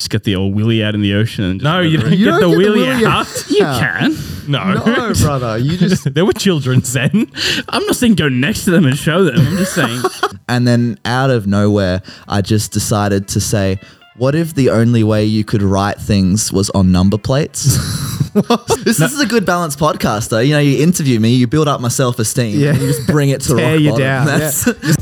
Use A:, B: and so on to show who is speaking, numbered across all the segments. A: just get the old wheelie out in the ocean. And just
B: No, you
A: whatever.
B: don't
A: get,
B: get
A: the,
B: the
A: wheelie
B: wheelie
A: out. You
B: out.
A: can.
B: No.
C: No, brother. You just
B: there were children then.
A: I'm not saying go next to them and show them. I'm just saying
C: And then out of nowhere, I just decided to say, what if the only way you could write things was on number plates? this, this is a good balance podcast, though. You know, you interview me, you build up my self esteem,
D: Yeah.
C: and you just bring it to
D: Tear
C: rock
D: you
C: bottom.
D: down,
C: That's-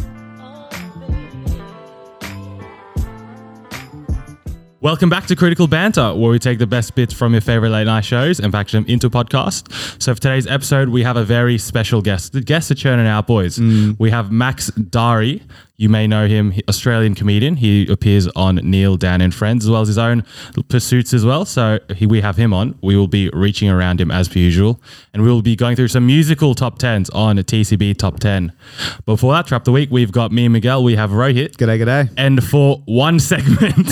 B: Welcome back to Critical Banter, where we take the best bits from your favorite late night shows and package them into a podcast. So for today's episode, we have a very special guest. The guests are churning out, boys. We have Max Dari. You may know him, he- Australian comedian. He appears on Neil, Dan, and Friends, as well as his own pursuits as well. So he, we have him on. We will be reaching around him as per usual, and we will be going through some musical top tens on TCB Top Ten. But for that trap the week, we've got me and Miguel. We have Rohit.
D: G'day, g'day.
B: And for one segment,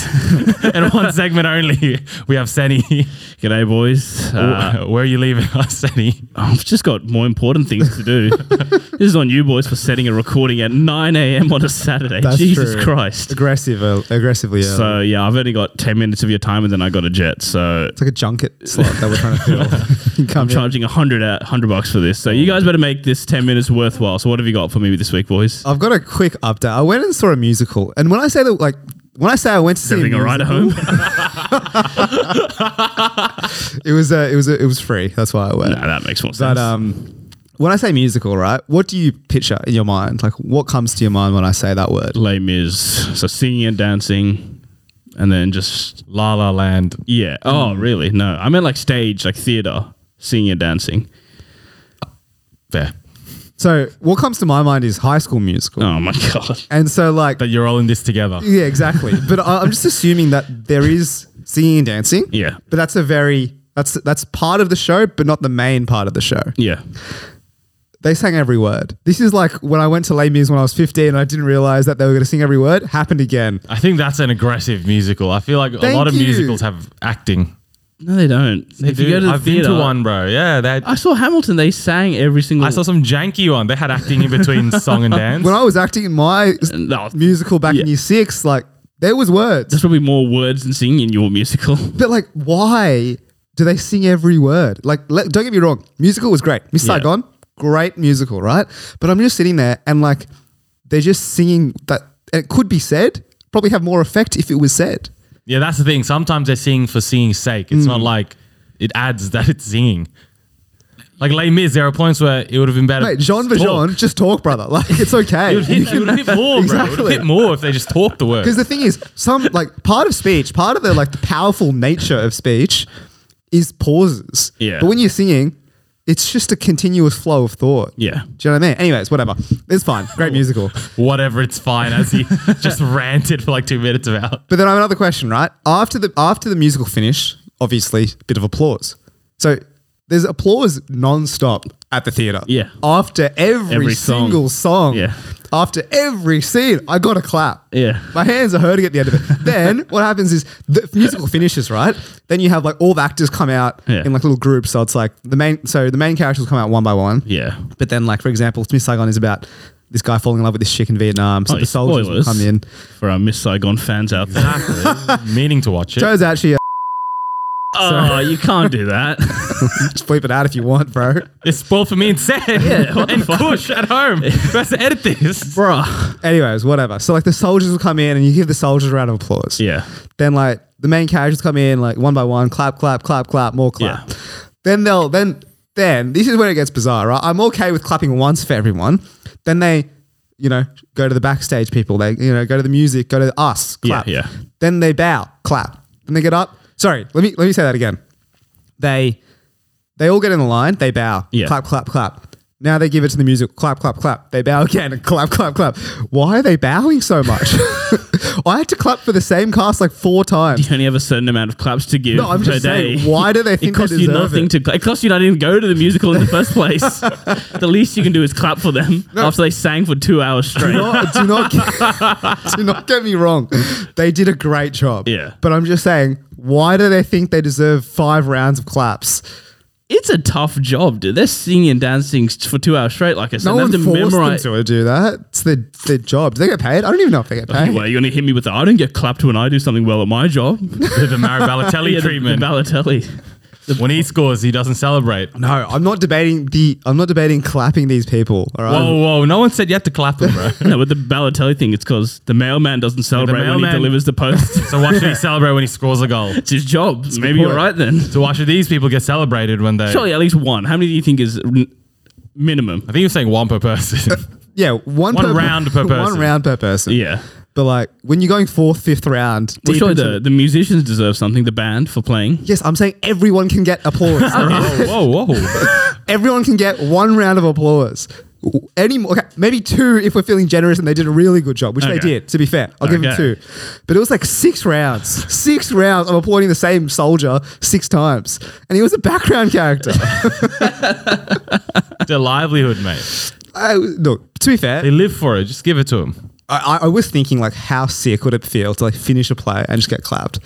B: and one segment only, we have Sani.
A: G'day, boys. Uh,
B: Where are you leaving us, Sani?
A: I've just got more important things to do. this is on you, boys, for setting a recording at 9 a.m. on a Saturday.
D: That's
A: Jesus
D: true.
A: Christ.
D: Aggressive, uh, aggressively. early.
A: So, yeah, I've only got 10 minutes of your time and then I got a jet. So,
D: it's like a junket slot that we're trying to fill. Come
A: I'm
D: in.
A: charging 100, at, 100 bucks for this. So, you guys better make this 10 minutes worthwhile. So, what have you got for me this week, boys?
D: I've got a quick update. I went and saw a musical, and when I say that, like when I say I went to see a
A: Everything all
D: musical,
A: right at home?
D: it was uh, it was it was free. That's why I went.
A: no, that makes more sense.
D: But um, when I say musical, right? What do you picture in your mind? Like what comes to your mind when I say that word?
A: Les Mis. So, singing and dancing and then just,
B: La La Land. Mm.
A: yeah. Oh, really? No. I meant like stage, like theater, singing and dancing.
B: Fair.
D: So what comes to my mind is High School Musical,
A: Oh, my God.
D: and so like
B: That you're all in this together.
D: yeah, exactly. but I, I'm just assuming that there is singing and dancing.
A: Yeah.
D: but that's a very that's that's part of the show, but not the main part of the show.
A: Yeah.
D: They sang every word. This is like when I went to Les Mis when I was 15 and I didn't realize that they were going to sing every word. Happened again.
B: I think that's an aggressive musical. I feel like a
D: Thank
B: lot of
D: you.
B: musicals have acting.
A: No, they don't. if you
B: Dude,
A: go to the
B: I've
A: theater,
B: been to one, bro. Yeah, they had-
A: I saw Hamilton. They sang every single.
B: I saw some janky one. They had acting in between song and dance.
D: When I was acting in my s-
A: No,
D: musical back
A: uh, Yeah.
D: in year six, like there was words.
A: there's probably more words than singing in your musical.
D: But like, why do they sing every word? Like, let, don't get me wrong, musical was great. Miss
A: Yeah.
D: Saigon, great musical, right? But I'm just sitting there and like, they're just singing that and it could be said. Probably have more effect if it was said.
B: yeah, that's the thing. Sometimes they're singing for singing's sake. It's
D: Mm.
B: not like it adds that it's singing. Like Les Mis, there are points where it would have been better.
D: Mate, Jean
B: Talk.
D: Valjean, just talk, brother. Like, it's okay.
B: It would hit, it would hit more, bro. It would have hit
D: Exactly.
B: more if they just talked the word.
D: Because the thing is, some like part of speech, part of the like the powerful nature of speech is pauses.
A: Yeah.
D: But when you're singing, it's just a continuous flow of thought.
A: Yeah.
D: Do you know what I mean? Anyways, whatever. It's fine. Great musical.
B: Whatever, it's fine. As he just ranted for like two minutes about.
D: But then I have another question, right? After the after the musical finish, obviously, bit of applause. So there's applause non-stop at the theater.
A: Yeah.
D: After every,
A: Every song.
D: single song.
A: Yeah.
D: After every scene, I got to clap.
A: Yeah.
D: My hands are hurting at the end of it. then what happens is the musical finishes, right? Then you have like all the actors come out
A: Yeah.
D: in like little groups. So it's like the main so the main characters come out one by one.
A: Yeah.
D: But then, like for example, Miss Saigon is about this guy falling in love with this chick in Vietnam. So
A: Oh,
D: the soldiers will
A: spoilers
D: come in.
A: for our Miss Saigon fans out there.
B: Exactly. Meaning to watch it.
D: Joe's actually a
A: Oh, you can't do that.
D: just bleep it out if you want, bro.
B: It's spoiled for me and Sam
A: what the
B: and
A: fuck?
B: Kush at home. Who has to edit this?
A: Bruh.
D: Anyways, whatever. So like the soldiers will come in and you give the soldiers a round of applause.
A: Yeah.
D: Then like the main characters come in like one by one, clap, clap, clap, clap, more clap.
A: Yeah.
D: Then they'll then then this is where it gets bizarre, right? I'm okay with clapping once for everyone. Then they, you know, go to the backstage people. They you know go to the music, go to us,
A: Yeah,
D: clap.
A: yeah.
D: Then they bow, clap. Then they get up. Sorry, let me let me say that again. They they all get in the line, they bow,
A: Yeah.
D: clap, clap, clap. Now they give it to the music, clap, clap, clap. They bow again, and clap, clap, clap. Why are they bowing so much? I had to clap for the same cast like four times.
A: You only have a certain amount of claps to give
D: No, I'm
A: per
D: just
A: day.
D: saying, why do they
A: It
D: think they
A: costs you
D: deserve
A: nothing
D: it?
A: to. Cl- it costs you not even go to the musical in the first place. the least you can do is clap for them after they sang for two hours straight.
D: No, do not get, do not get me wrong. They did a great job.
A: Yeah.
D: But I'm just saying, why do they think they deserve five rounds of claps?
A: it's a tough job, dude. They're singing and dancing for two hours straight. Like I said,
D: No
A: They
D: one
A: have to
D: forced
A: memorize.
D: them to do that. It's their, their job. Do they get paid? I don't even know if they get paid.
A: Well, you're gonna hit me with the I don't get clapped when I do something well at my job.
B: With the Mario Balotelli
A: Yeah, the-
B: treatment.
A: the Balotelli.
B: when he scores, he doesn't celebrate.
D: No, I'm not debating the. I'm not debating clapping these people. All right.
B: Whoa, whoa! No one said you had to clap him, bro.
A: No, with the Balotelli thing, it's because the mailman doesn't celebrate when
B: mailman-
A: he delivers the post.
B: so why should he celebrate when he scores a goal?
A: it's his job. Maybe you're
D: point.
A: right then.
B: So why should these people get celebrated when they?
A: Surely at least one. How many do you think is n- minimum?
B: I think you're saying one per person.
D: yeah, one,
B: One
D: per,
B: round per person.
D: One round per person.
A: Yeah.
D: But like when you're going fourth, fifth round,
A: Well,
D: deep
A: surely
D: into-
A: the, the musicians deserve something, the band, for playing.
D: yes, I'm saying everyone can get applause. all right?
B: whoa, whoa, whoa!
D: everyone can get one round of applause. Any more, okay, maybe two if we're feeling generous and they did a really good job, which they
A: Okay.
D: did. To be fair, I'll give them
A: Okay.
D: two. But it was like six rounds, six rounds of applauding the same soldier six times, and he was a background character.
B: Their livelihood, mate.
D: I, look, to be fair,
B: They live for it. Just give it to them.
D: I, I I was thinking like how sick would it feel to like finish a play and just get clapped.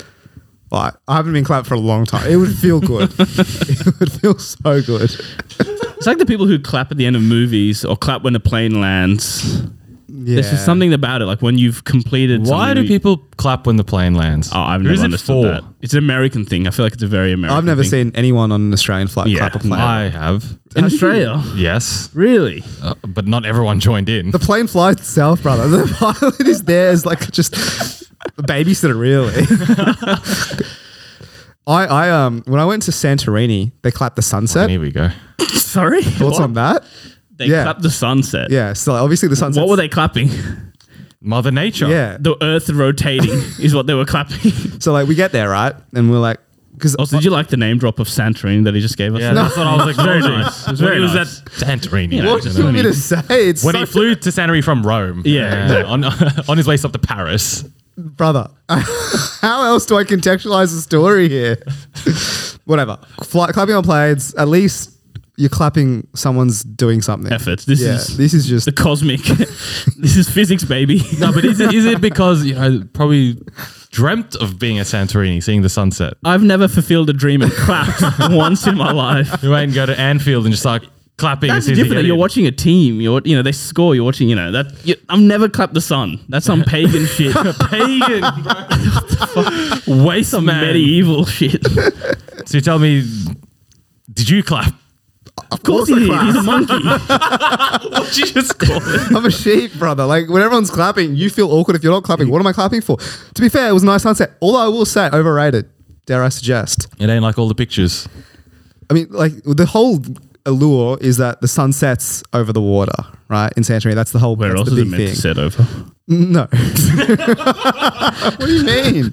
D: Like I haven't been clapped for a long time. It would feel good. it would feel so good.
A: It's like the people who clap at the end of movies or clap when a plane lands.
D: Yeah.
A: There's just something about it. Like when you've completed
B: Why
A: something
B: do
A: you-
B: people clap when the plane lands?
A: Oh, I've
B: Who is
A: never
B: it
A: understood
B: for?
A: that. It's an American thing. I feel like it's a very American
D: I've never
A: thing.
D: seen anyone on an Australian flight
A: Yeah.
D: clap a plane.
B: I have.
A: In Australia?
B: Yes,
A: Really?
B: uh, but not everyone joined in.
D: The plane flies itself, brother. The pilot is there as like just a babysitter, really. I, I um when I went to Santorini, they clapped the sunset.
B: Here we go.
A: Sorry?
D: Thoughts on that?
A: They
D: Yeah.
A: clapped the sunset.
D: Yeah, so like, obviously the sunset.
A: What were they clapping?
B: Mother Nature.
D: Yeah.
A: The earth rotating is what they were clapping.
D: So like we get there, right? And we're like, because
A: Also, did you like the name drop of Santorini that he just gave us?
B: Yeah, that's what I was like.
A: Very
B: very
A: nice. It was
B: nice.
A: very
B: When he was
A: nice.
B: at Santorini. you know,
D: What
B: you
D: do
B: know.
D: you want me to say? It's
B: when he
D: such-
B: flew to Santorini from Rome.
A: Yeah, exactly.
B: on, on his ways up to Paris.
D: brother. How else do I contextualize the story here? Whatever. Fly, clapping on planes. At least you're clapping. Someone's doing something.
A: Efforts. This
D: Yeah,
A: is
D: this is just
A: the cosmic. this is physics, baby.
B: No, but is it, is it because you know probably dreamt of being at Santorini, seeing the sunset?
A: I've never fulfilled a dream and clapped once in my life.
B: You went and go to Anfield and just like clapping.
A: That's
B: as soon as you
A: different.
B: get
A: You're
B: in.
A: watching a team. You're you know they score. You're watching you know that. You, I've never clapped the sun. That's some pagan shit. pagan. Waste some
B: Man.
A: medieval shit. Of
B: So you tell me, did you clap?
A: course he did. He's a monkey.
B: What you just call it?
D: I'm a sheep, brother. Like when everyone's clapping, you feel awkward if you're not
A: Mm.
D: clapping. What am I clapping for? To be fair, it was a nice sunset. Although I will say, overrated. Dare I suggest?
B: It ain't like all the pictures.
D: I mean, like the whole allure is that the sun sets over the water, right? In Santorini, that's the whole.
A: Where
D: that's
A: else
D: the
A: is it
D: big
A: meant
D: thing.
A: to set over?
D: No. what do you mean?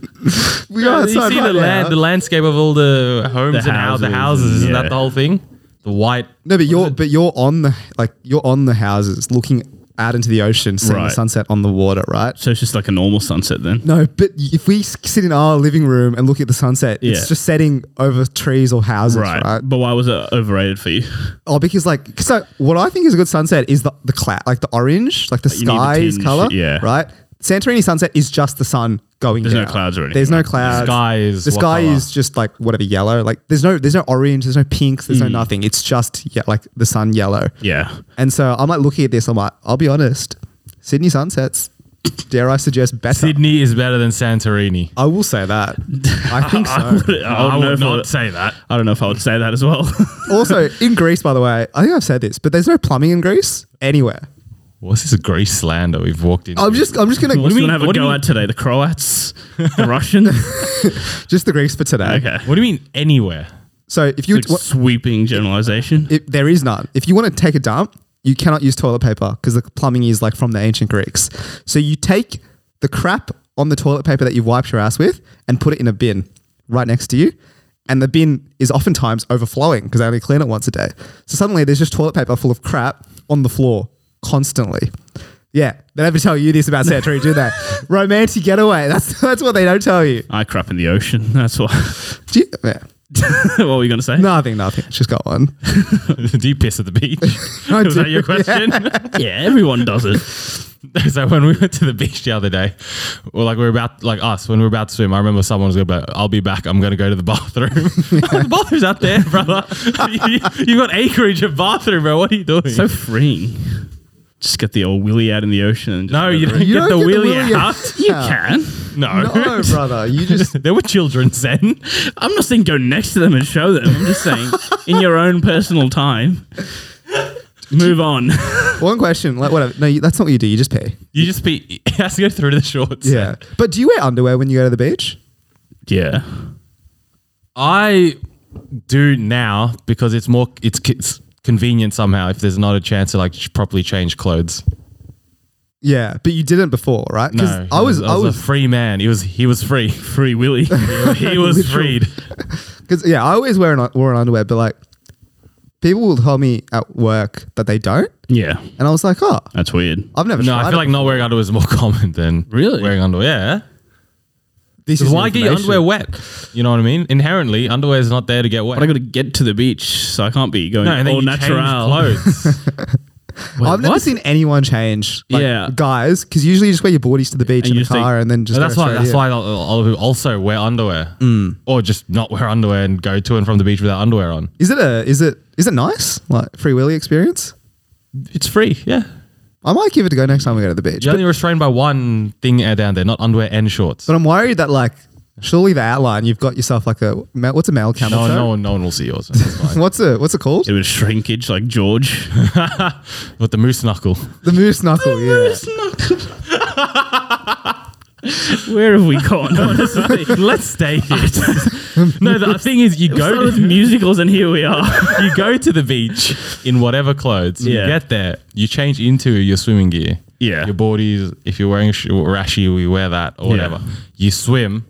D: We are
B: you see
D: outside
B: the
D: right
B: land,
D: now.
B: the landscape of all the homes
A: The
B: and how the
A: houses,
B: houses. Isn't
A: yeah.
B: that the whole thing? The white.
D: No, but you're but you're on the like you're on the houses, looking out into the ocean, seeing
A: Right.
D: the sunset on the water, right?
A: So it's just like a normal sunset then.
D: No, but if we s- sit in our living room and look at the sunset,
A: Yeah.
D: it's just setting over trees or houses,
A: Right.
D: right?
A: But why was it overrated for you?
D: Oh, because like so, what I think is a good sunset is the the cloud, like the orange, like the
A: you need the
D: sky is
A: tinge,
D: color,
A: yeah.
D: Right. Santorini sunset is just the sun going
A: There's no
D: down.
A: clouds or anything,
D: There's no
A: right? The
D: clouds.
B: sky is
D: the
B: what
D: sky
B: colour?
D: is just like whatever yellow. Like there's no there's no orange. There's no pinks. There's no nothing. It's just yeah, like the sun yellow.
A: Mm. Yeah.
D: And so I'm like looking at this. I'm like, I'll be honest, Sydney sunsets. Dare I suggest better?
B: Sydney is better than Santorini.
D: I will say that. I think
A: I,
D: so.
A: would, I,
B: I
A: don't know
B: would
A: if I would-
B: not say that.
A: I don't know if I would say that as well.
D: also, in Greece, by the way, I think I've said this, but there's no plumbing in Greece anywhere.
B: What's this Greece slander we've walked into?
D: I'm just, I'm just gonna
A: What do you want
B: mean-
A: to have a
B: what do you
A: go
B: mean-
A: at today? The Croats, the Russians.
D: just the Greeks for today.
A: Okay,
B: What do you mean anywhere?
D: So if you,
A: like
D: what-
A: sweeping generalization.
D: if there is none. If you want to take a dump, you cannot use toilet paper because the plumbing is like from the ancient Greeks. So you take the crap on the toilet paper that you've wiped your ass with and put it in a bin right next to you. And the bin is oftentimes overflowing because they only clean it once a day. So suddenly there's just toilet paper full of crap on the floor constantly. Yeah, they never tell you this about Santorini, do they? Romantic getaway. That's that's what they don't tell you.
A: I crap in the ocean. That's what.
D: Do you yeah.
A: what were you gonna say?
D: Nothing, nothing. Just got one.
B: do you piss at the beach?
D: I
B: Was
D: do.
B: that your question?
A: Yeah, everyone does it.
B: so when we went to the beach the other day, or like we were about like us when we were about to swim, I remember someone was gonna be, I'll be back. I'm gonna go to the bathroom. the bathroom's out there, brother. you, you got acreage of bathroom, bro. What are you doing?
A: So freeing. Just get the old willy out in the ocean. And just
B: no, you don't
A: whatever.
B: get,
D: don't
B: the
D: get the
B: wheelie
D: wheelie
B: out.
A: You
D: Yeah.
A: can.
B: No.
D: No, brother. You just
B: there were children then.
A: I'm not saying go next to them and show them. I'm just saying in your own personal time. Move on.
D: one question. Like whatever. No, you, that's not what you do. You just pay.
B: You just be it has to go through to the shorts.
D: Yeah. But do you wear underwear when you go to the beach?
A: yeah.
B: I do now because it's more it's, it's convenient somehow if there's not a chance to like sh- properly change clothes.
D: Yeah, but you didn't before, right?
B: No,
D: Because I was, I
B: a
D: was,
B: free man. He was he was free.
A: Free Willy.
B: He was freed.
D: because yeah, I always wear an, wore an underwear, but like people will tell me at work that they don't,
A: yeah.
D: and I was like, oh,
A: That's weird.
D: I've never.
B: No,
D: tried
B: I
D: it.
B: feel like not wearing underwear is more common than
A: Really?
B: wearing underwear.
D: this
B: Because why get your
D: information.
B: underwear wet? You know what I mean? Inherently, underwear is not there to get wet.
A: But I got to get to the beach, so I can't be going
B: no, and then
A: all
B: you change
A: natural.
B: clothes.
A: Wait,
D: I've never
A: what?
D: seen anyone change. Like,
A: Yeah.
D: guys, because usually you just wear your boardies to the beach
A: And
D: in
A: you
D: the
A: just think-
D: car, and then just.
B: So that's
D: go
B: why
D: straight Mm.
B: that's
D: in.
B: why a lot of people also wear underwear, or just not wear underwear and go to and from the beach without underwear on.
D: Is it a is it is it nice like free willy experience?
B: It's free, yeah.
D: I might give it a go next time we go to the beach.
B: You're
D: But,
B: only restrained by one thing uh, down there, not underwear and shorts.
D: but I'm worried that like surely the outline you've got yourself like a ma- what's a male camel
B: No,
D: toe?
B: no one, no one will see yours. That's fine.
D: What's it? What's it called?
A: It was shrinkage like George.
B: With the moose knuckle.
D: The moose knuckle. yeah.
A: Where have we gone? Honestly,
B: Let's stay here. no, the thing is, you
A: go
B: go
A: with
B: to,
A: musicals, and here we are.
B: you go to the beach in whatever clothes.
A: Yeah.
B: You get there, you change into your swimming gear.
A: Yeah.
B: Your boardies. If you're wearing a sh- or rashi, we wear that or
A: Yeah.
B: whatever. You swim.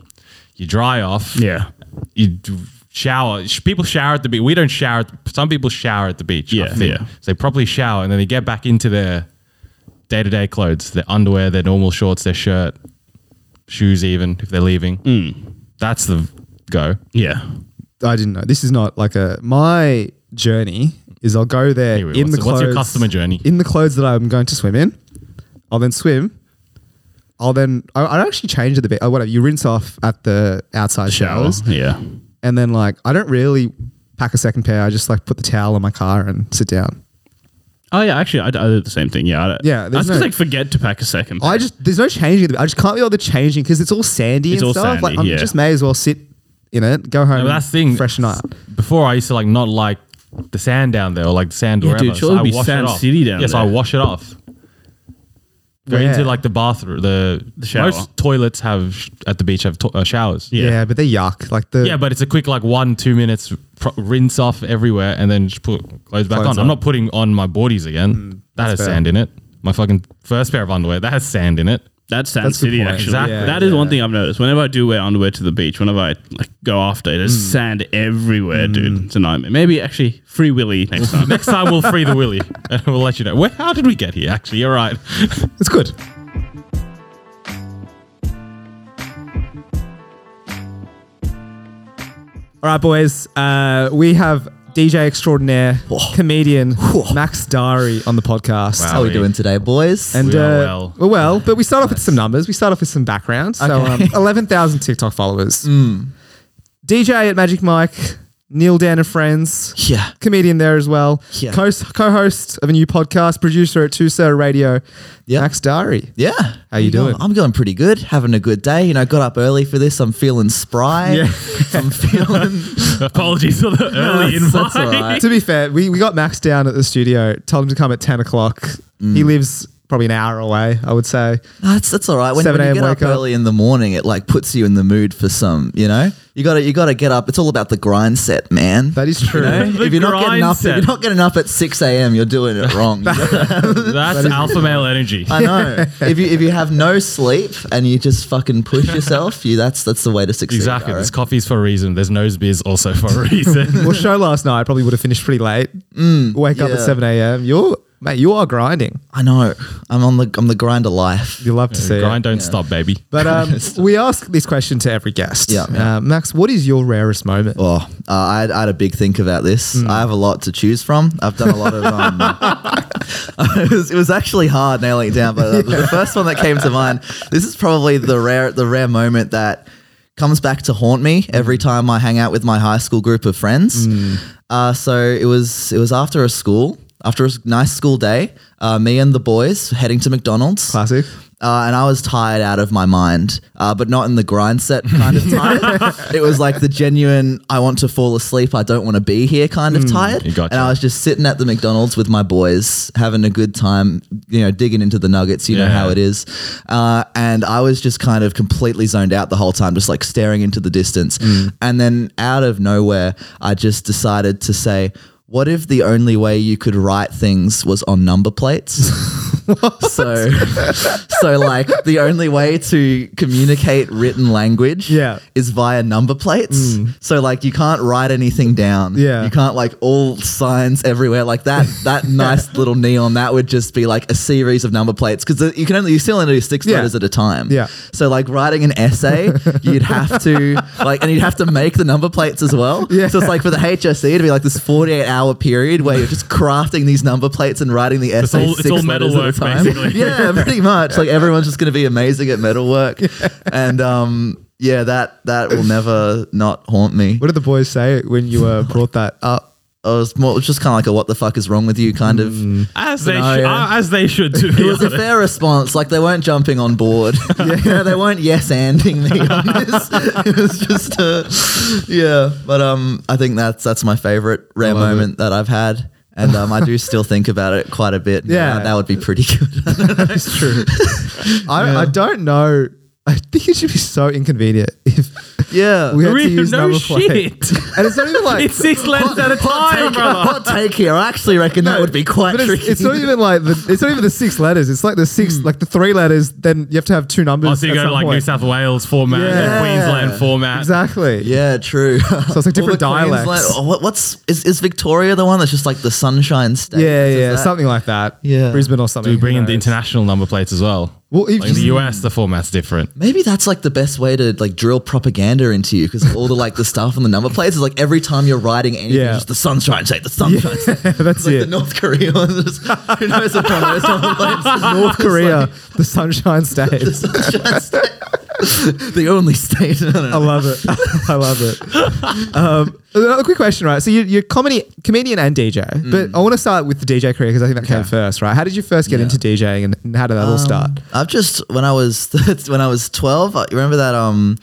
B: You dry off.
A: Yeah.
B: You d- shower. Sh- People shower at the beach. We don't shower. At some people shower at the beach. I
A: Yeah,
B: think.
A: yeah.
B: So they properly shower and then they get back into their day to day clothes, their underwear, their normal shorts, their shirt, shoes, even if they're leaving.
A: Mm.
B: That's the go.
A: Yeah.
D: I didn't know. This is not like a my journey is I'll go there
B: Anyway,
D: in the
B: what's the- what's
D: clothes.
B: your customer journey?
D: In the clothes that I'm going to swim in. I'll then swim. I'll then I, I don't actually change it a bit. Oh, whatever. You rinse off at the outside showers,
A: Uh, Yeah.
D: and then like I don't really pack a second pair. I just like put the towel in my car and sit down.
A: Oh yeah, actually, I, I did the same thing. Yeah, I,
D: Yeah,
A: I
D: there's
A: just like
D: no-
A: forget to pack a second.
D: I just there's no changing. it. I just can't be all the changing because it's all sandy
A: It's
D: and
A: all
D: stuff. like
A: sandy,
D: I am
A: yeah.
D: just may as well sit in it, go home.
B: But that's the thing.
D: Freshen up.
B: Before I used to like not like the sand down there or like the sand
A: Yeah,
B: wherever.
A: dude,
B: so
A: surely
B: I
A: be
B: wash
A: sand
B: it off.
A: city down
B: Yes, I
A: there.
B: wash it off. Go
D: Yeah.
B: into like the bathroom. The,
A: shower.
B: most toilets have sh- at the beach have to- uh, showers.
D: Yeah. but they're yuck. Like the
B: Yeah, but it's a quick like one two minutes pro- rinse off everywhere and then just put clothes back
D: Clothes
B: on.
D: on.
B: I'm not putting on my boardies again. that has
D: fair.
B: sand in it. My fucking first pair of underwear that has sand in it.
A: That's Sand
D: That's a good
A: City,
D: point.
A: actually.
B: Exactly.
A: That is one
D: Yeah.
A: thing I've noticed. Whenever I do wear underwear to the beach, whenever I like go after it,
D: Mm.
A: there's sand everywhere, dude. It's a nightmare. Maybe actually Free Willy next time.
B: Next time we'll free the willy and we'll let you know. Where, how did we get here? Actually, you're right.
D: it's good. All right, boys. Uh, we have DJ extraordinaire, comedian Max Dari on the podcast.
B: Wow.
C: How we doing today, boys?
D: And
B: We
D: uh,
B: are well.
D: well. we're well, but we start off with some numbers. We start off with some background. So um, 11,000 TikTok followers. DJ at Magic Mike, Neil Dan and Friends.
C: Yeah.
D: Comedian there as well.
C: Yeah.
D: Co- co-host of a new podcast, producer at Two Sir Radio,
C: Yeah.
D: Max Dari.
C: Yeah.
D: How you doing?
C: I'm going pretty good. Having a good day. You know, got up early for this. I'm feeling spry.
D: Yeah.
C: I'm feeling
B: Apologies for the early
C: that's,
B: invite.
C: that's all right.
D: To be fair, we, we got Max down at the studio, told him to come at 10 o'clock. He lives probably an hour away, I would say.
C: That's that's all right. When,
D: 7
C: when you
D: a.m.
C: get up
D: wake up.
C: early in the morning, it like puts you in the mood for some. You know, you got to you got to get up. It's all about the grind set, man.
D: That is true.
C: You know?
B: The
C: if you're not
B: grind
C: getting up,
B: set.
C: if you're not getting up at six a.m., you're doing it wrong. You know?
B: That's alpha male energy.
C: I know. If you if you have no sleep and you just fucking push yourself, you that's that's the way to succeed.
B: Exactly.
C: I
B: There's
C: reckon.
B: coffee's for a reason. There's nose beers also for a reason.
D: well, show last night probably would have finished pretty late. Wake up
C: yeah.
D: at 7 a.m. You're Mate, you are grinding.
C: I know. I'm on the I'm the grind of life.
D: You love to see
B: Grind
D: it.
B: don't stop, baby.
D: But um, we ask this question to every guest.
C: Yeah, yeah.
D: Uh, Max, what is your rarest moment?
C: Oh, uh, I, had, I had a big think about this. I have a lot to choose from. I've done a lot of. Um, it, was, it was actually hard nailing it down, but uh, the first one that came to mind. This is probably the rare the rare moment that comes back to haunt me every time I hang out with my high school group of friends. Uh, so it was it was after a school after a s- nice school day. Uh, me and the boys heading to McDonald's.
D: Classic.
C: Uh, and I was tired out of my mind, uh, but not in the grind set kind of tired. it was like the genuine, I want to fall asleep, I don't want to be here kind of tired.
B: Hmm, You gotcha.
C: And I was just sitting at the McDonald's with my boys, having a good time, you know, digging into the nuggets, you know
B: Yeah.
C: how it is. Uh, and I was just kind of completely zoned out the whole time, just like staring into the distance.
B: Hmm.
C: And then out of nowhere, I just decided to say, what if the only way you could write things was on number plates? so so like the only way to communicate written language
D: Yeah. Mm.
C: is via number plates so like you can't write anything down
D: Yeah.
C: you can't like all signs everywhere like that that nice little neon that would just be like a series of number plates because you can only you still only do six
D: Yeah.
C: letters at a time
D: Yeah.
C: so like writing an essay you'd have to like and you'd have to make the number plates as well
D: Yeah.
C: so it's like for the HSE it'd be like this 48 hour period where you're just crafting these number plates and writing the essay
B: all- it's
C: six
B: all
C: letters
B: metalwork,
C: at a time.
B: basically.
C: Yeah, pretty much. Like everyone's just going to be amazing at metal work, and um, yeah, that that will never not haunt me.
D: What did the boys say when you uh, brought that up?
C: I was more it was just kind of like a "What the fuck is wrong with you?" kind of.
A: Mm.
B: As they,
C: No,
B: sh-
C: yeah.
B: uh, as they should do.
C: It was a fair response. Like they weren't jumping on board. yeah, they weren't yes anding me on this. It was just, uh, yeah. But um, I think that's that's my favorite rare moment that I've had, and um, I do still think about it quite a bit.
D: Yeah.
C: that would be pretty good.
D: It's true. I, I don't know. I think it should be so inconvenient if
C: yeah,
D: we had to
B: Really?
D: use
B: No
D: number
B: shit.
D: plate. And it's not even like
B: it's six letters at a time, brother.
C: Hot take here. I actually reckon that would be quite
D: But it's,
C: tricky.
D: it's not even like the, it's not even the six letters. It's like the six, like the three letters. Then you have to have two numbers.
B: Hmm. Oh, so you
D: at
B: go
D: some
B: like New
D: point.
B: South Wales format,
D: Yeah.
B: and Queensland format.
D: Exactly.
C: yeah, true. So
D: it's like different dialects.
C: Oh, what, what's is, is Victoria the one that's just like the Sunshine State?
D: Yeah,
C: Is
D: yeah,
C: that-
D: something like that.
C: Yeah.
D: Brisbane or something.
B: We bring in the
D: Who knows?
B: international number plates as well.
D: Well, if
B: Like in the US, the format's different.
C: Maybe that's like the best way to like drill propaganda into you because all the like the stuff on the number plates is like every time you're writing anything,
D: Yeah.
C: it's just the Sunshine State, the Sunshine State.
D: that's
C: Like
D: it.
C: the North Korea one. Just, who knows what one of those number plates?
D: North Korea, the Sunshine State.
C: Sunshine State. the only state. I don't
D: I
C: know.
D: love it. I love it. Um, another quick question, right? So you, you're comedy comedian and DJ,
C: Mm.
D: but I want to start with the DJ career because I think that came first, right? How did you first get into DJing, and, and how did that
C: Um,
D: all start?
C: I've just when I was when I was twelve. I- You remember that um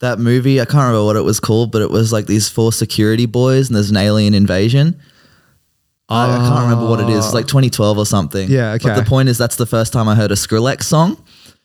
C: that movie? I can't remember what it was called, but it was like these four security boys and there's an alien invasion. I, I can't remember what it is. It's like 2012 or something.
D: Ah. Yeah,
C: But
D: okay.
C: the point is, that's the first time I heard a Skrillex song.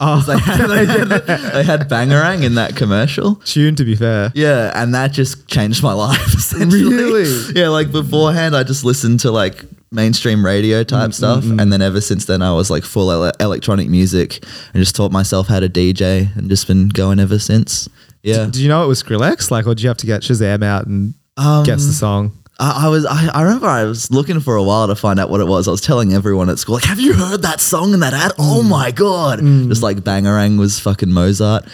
D: Oh.
C: they, had, they, had, they had Bangarang in that commercial.
D: Tune, to be fair.
C: Yeah, and that just changed my life. Essentially.
D: Really?
C: Yeah, like beforehand, I just listened to like mainstream radio type stuff, and then ever since then, I was like full ele- electronic music, and just taught myself how to DJ, and just been going ever since. Yeah,
D: Did you know it was Skrillex? Like, or did you have to get Shazam out and
C: Um,
D: guess the song?
C: I, I was I, I remember I was looking for a while to find out what it was. I was telling everyone at school, like, have you heard that song in that ad? Oh my god! Just like Bangarang was fucking Mozart.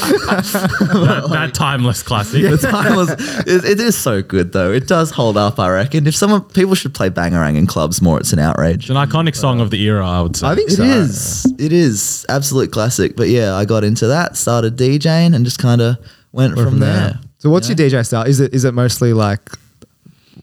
B: That, that timeless classic.
C: The time was, it, it is so good though. It does hold up, I reckon. If someone people should play Bangarang in clubs more, it's an outrage.
B: It's an iconic song of the era, I would say.
D: I think
C: It
D: so.
C: is. It is absolute classic. But yeah, I got into that, started DJing, and just kind of went from, there.
D: So, what's your DJ style? Is it is it mostly like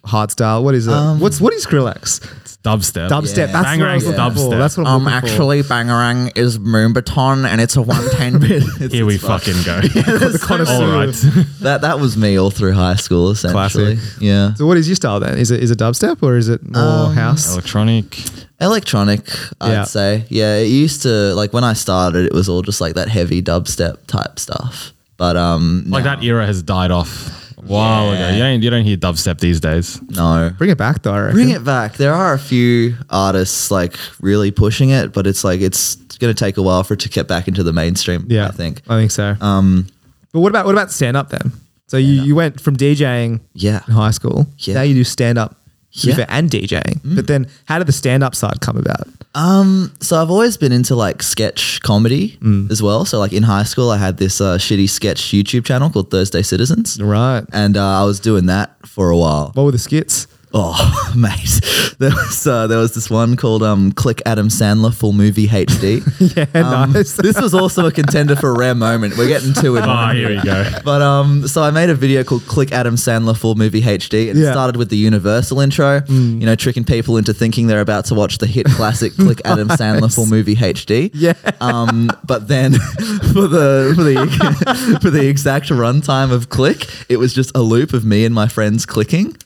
D: hard style? What is it? What's what is Skrillex?
B: it's dubstep.
D: Dubstep.
C: Um, Oh, Yeah.
D: That's what I was
B: Bangarang's
D: looking for.
B: dubstep.
D: That's what
C: Um,
D: I'm looking for.
C: Bangarang is Moombaton, and it's a one ten bit.
B: Here we fucking go. All right.
C: That that was me all through high school, essentially.
D: Classic.
C: Yeah,
D: So, what is your style then? Is it is it dubstep or is it more
C: Um,
D: house?
B: Electronic.
C: electronic, I'd
D: Yeah.
C: say. Yeah, it used to like when I started, it was all just like that heavy dubstep type stuff. But um,
B: Like
C: no,
B: that era has died off a while
C: Yeah.
B: ago. You don't, you don't hear dubstep these days.
C: no.
D: Bring it back though. I reckon.
C: Bring it back. There are a few artists like really pushing it, but it's like it's gonna take a while for it to get back into the mainstream.
D: Yeah,
C: I think.
D: I think so.
C: Um,
D: but what about what about stand up then? So you, you went from DJing
C: Yeah.
D: in high school.
C: Yeah. Mm.
D: Now you do stand up. to be fair, and DJing. But then how did the stand up side come about?
C: Um, so I've always been into like sketch comedy
D: Mm.
C: as well. So like in high school, I had this uh, shitty sketch YouTube channel called Thursday Citizens,
D: Right.
C: and uh, I was doing that for a while.
D: What were the skits?
C: Oh, mate, there was uh, there was this one called um, "Click Adam Sandler Full Movie HD."
D: Yeah,
C: Um,
D: nice.
C: this was also a contender for a rare moment. We're getting two in
B: Ah,
C: one.
B: here we go.
C: But um, so I made a video called "Click Adam Sandler Full Movie HD." And
D: Yeah. Mm.
C: It started with the Universal intro, you know, tricking people into thinking they're about to watch the hit classic "Click Adam Sandler Full Movie HD."
D: Yeah.
C: Um, but then for the for the for the exact runtime of "Click," it was just a loop of me and my friends clicking.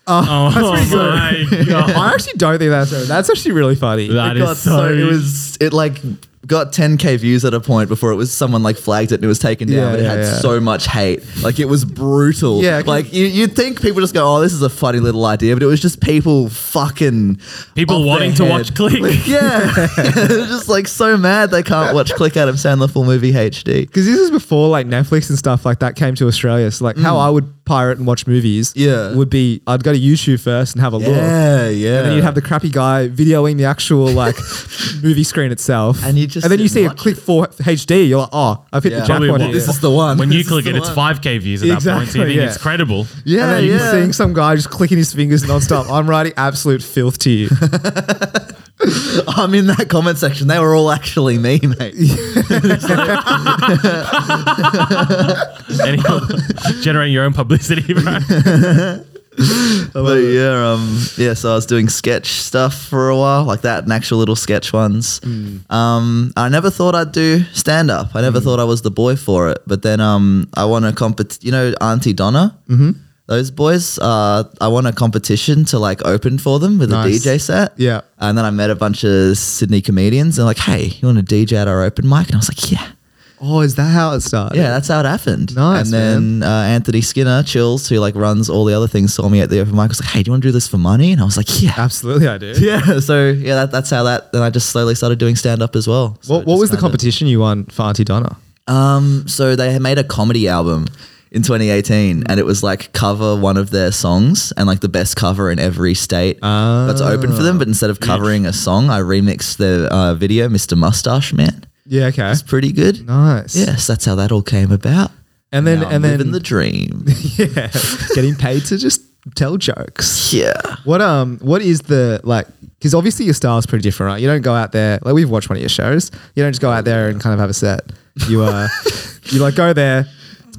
B: Oh, my god.
D: I actually don't think that's that's actually really funny.
B: That
C: It
B: is
C: got
B: so,
C: it was it like got 10k views at a point before it was someone like flagged it and it was taken down
D: Yeah,
C: but it
D: yeah,
C: had
D: yeah.
C: so much hate like it was brutal
D: Yeah, 'cause-
C: like you, you'd think people just go oh this is a funny little idea but it was just people fucking
B: People
C: off their
B: wanting to
C: head.
B: watch Click.
C: Like, yeah They're just like so mad they can't watch click adam sandler full movie hd
D: Because this is before like Netflix and stuff like that came to Australia. So like how I would pirate and watch
C: Mm.
D: movies
C: Yeah.
D: would be I'd go to YouTube first and have a look. And
C: yeah yeah
D: then you'd have the crappy guy videoing the actual like movie screen itself.
C: And you just
D: And then you
C: sit
D: see
C: and
D: a
C: watch
D: click for HD, you're like, oh, I've hit
C: Yeah.
D: the
B: Probably
D: jackpot
B: what-
D: here.
C: this is the one
B: When you
C: This is
B: click
C: the
B: it, it's
C: one.
B: 5k views at that point. So you
D: Exactly,
B: think
D: yeah.
B: it's credible.
D: and
C: yeah
D: then you're
C: yeah
D: seeing some guy just clicking his fingers nonstop. I'm writing absolute filth to you.
C: i'm in that comment section they were all actually me mate
B: And you're generating your own publicity, bro.
C: But yeah, um, yeah. So I was doing sketch stuff for a while, like that, and actual little sketch ones.
D: Hmm.
C: Um, I never thought I'd do stand up. I never thought I was the boy for it. But then um, I won a compet. You know, Auntie Donna. Mm-hmm. Those boys. Uh, I won a competition to like open for them with
D: Nice.
C: a DJ set.
D: Yeah.
C: And then I met a bunch of Sydney comedians. And like, hey, you want to DJ at our open mic? And I was like, yeah.
D: oh, is that how it started?
C: Yeah, that's how it happened.
D: Nice,
C: And then Uh, Anthony Skinner, Chills, who like runs all the other things, saw me at the open mic. Was like, "Hey, do you want to do this for money?" And I was like, "Yeah,
D: Absolutely I do.
C: yeah." So yeah, that, that's how that. Then I just slowly started doing stand up as well. So
D: What,
C: it
D: what
C: just
D: was the
C: kinda-
D: competition you won for Auntie Donna?
C: Um, so they had made a comedy album in 2018, and it was like cover one of their songs and like the best cover in every state that's open for them. But instead
D: Ah,
C: of covering a song, I remixed the uh, video, Mr. Mustache Man.
D: Yeah, okay.
C: It's pretty good.
D: Nice.
C: Yes, that's how that all came about.
D: And then
C: Now I'm
D: and then
C: living the dream.
D: yeah, getting paid to just tell jokes.
C: Yeah.
D: What um, what is the like? Because obviously your style's pretty different, right? You don't go out there like we've watched one of your shows. You don't just go out there and kind of have a set. You uh, you like go there,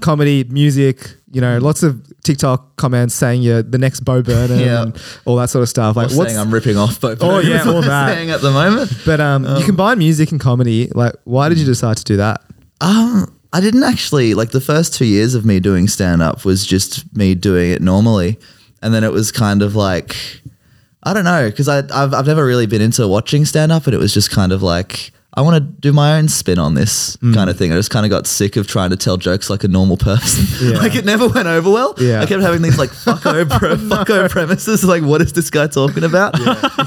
D: comedy, music. You know, lots of TikTok comments saying you're the next Bo Burnham
C: Yeah.
D: and all that sort of stuff. Like,
C: What's
D: what's
C: saying I'm ripping off Bo
D: Oh, yeah,
C: Burnham,
D: all
C: I'm
D: that.
C: saying at the moment.
D: but um, you combine music and comedy. Like, why did you decide to do that?
C: Um, I didn't actually like the first two years of me doing stand up was just me doing it normally, and then it was kind of like I don't know because I I've, I've never really been into watching stand up, and it was just kind of like. I want to do my own spin on this
D: Mm.
C: kind of thing. I just kind of got sick of trying to tell jokes like a normal person.
D: Yeah.
C: like it never went over well.
D: Yeah.
C: I kept having these like fucko, pre- fucko premises. Like, what is this guy talking about?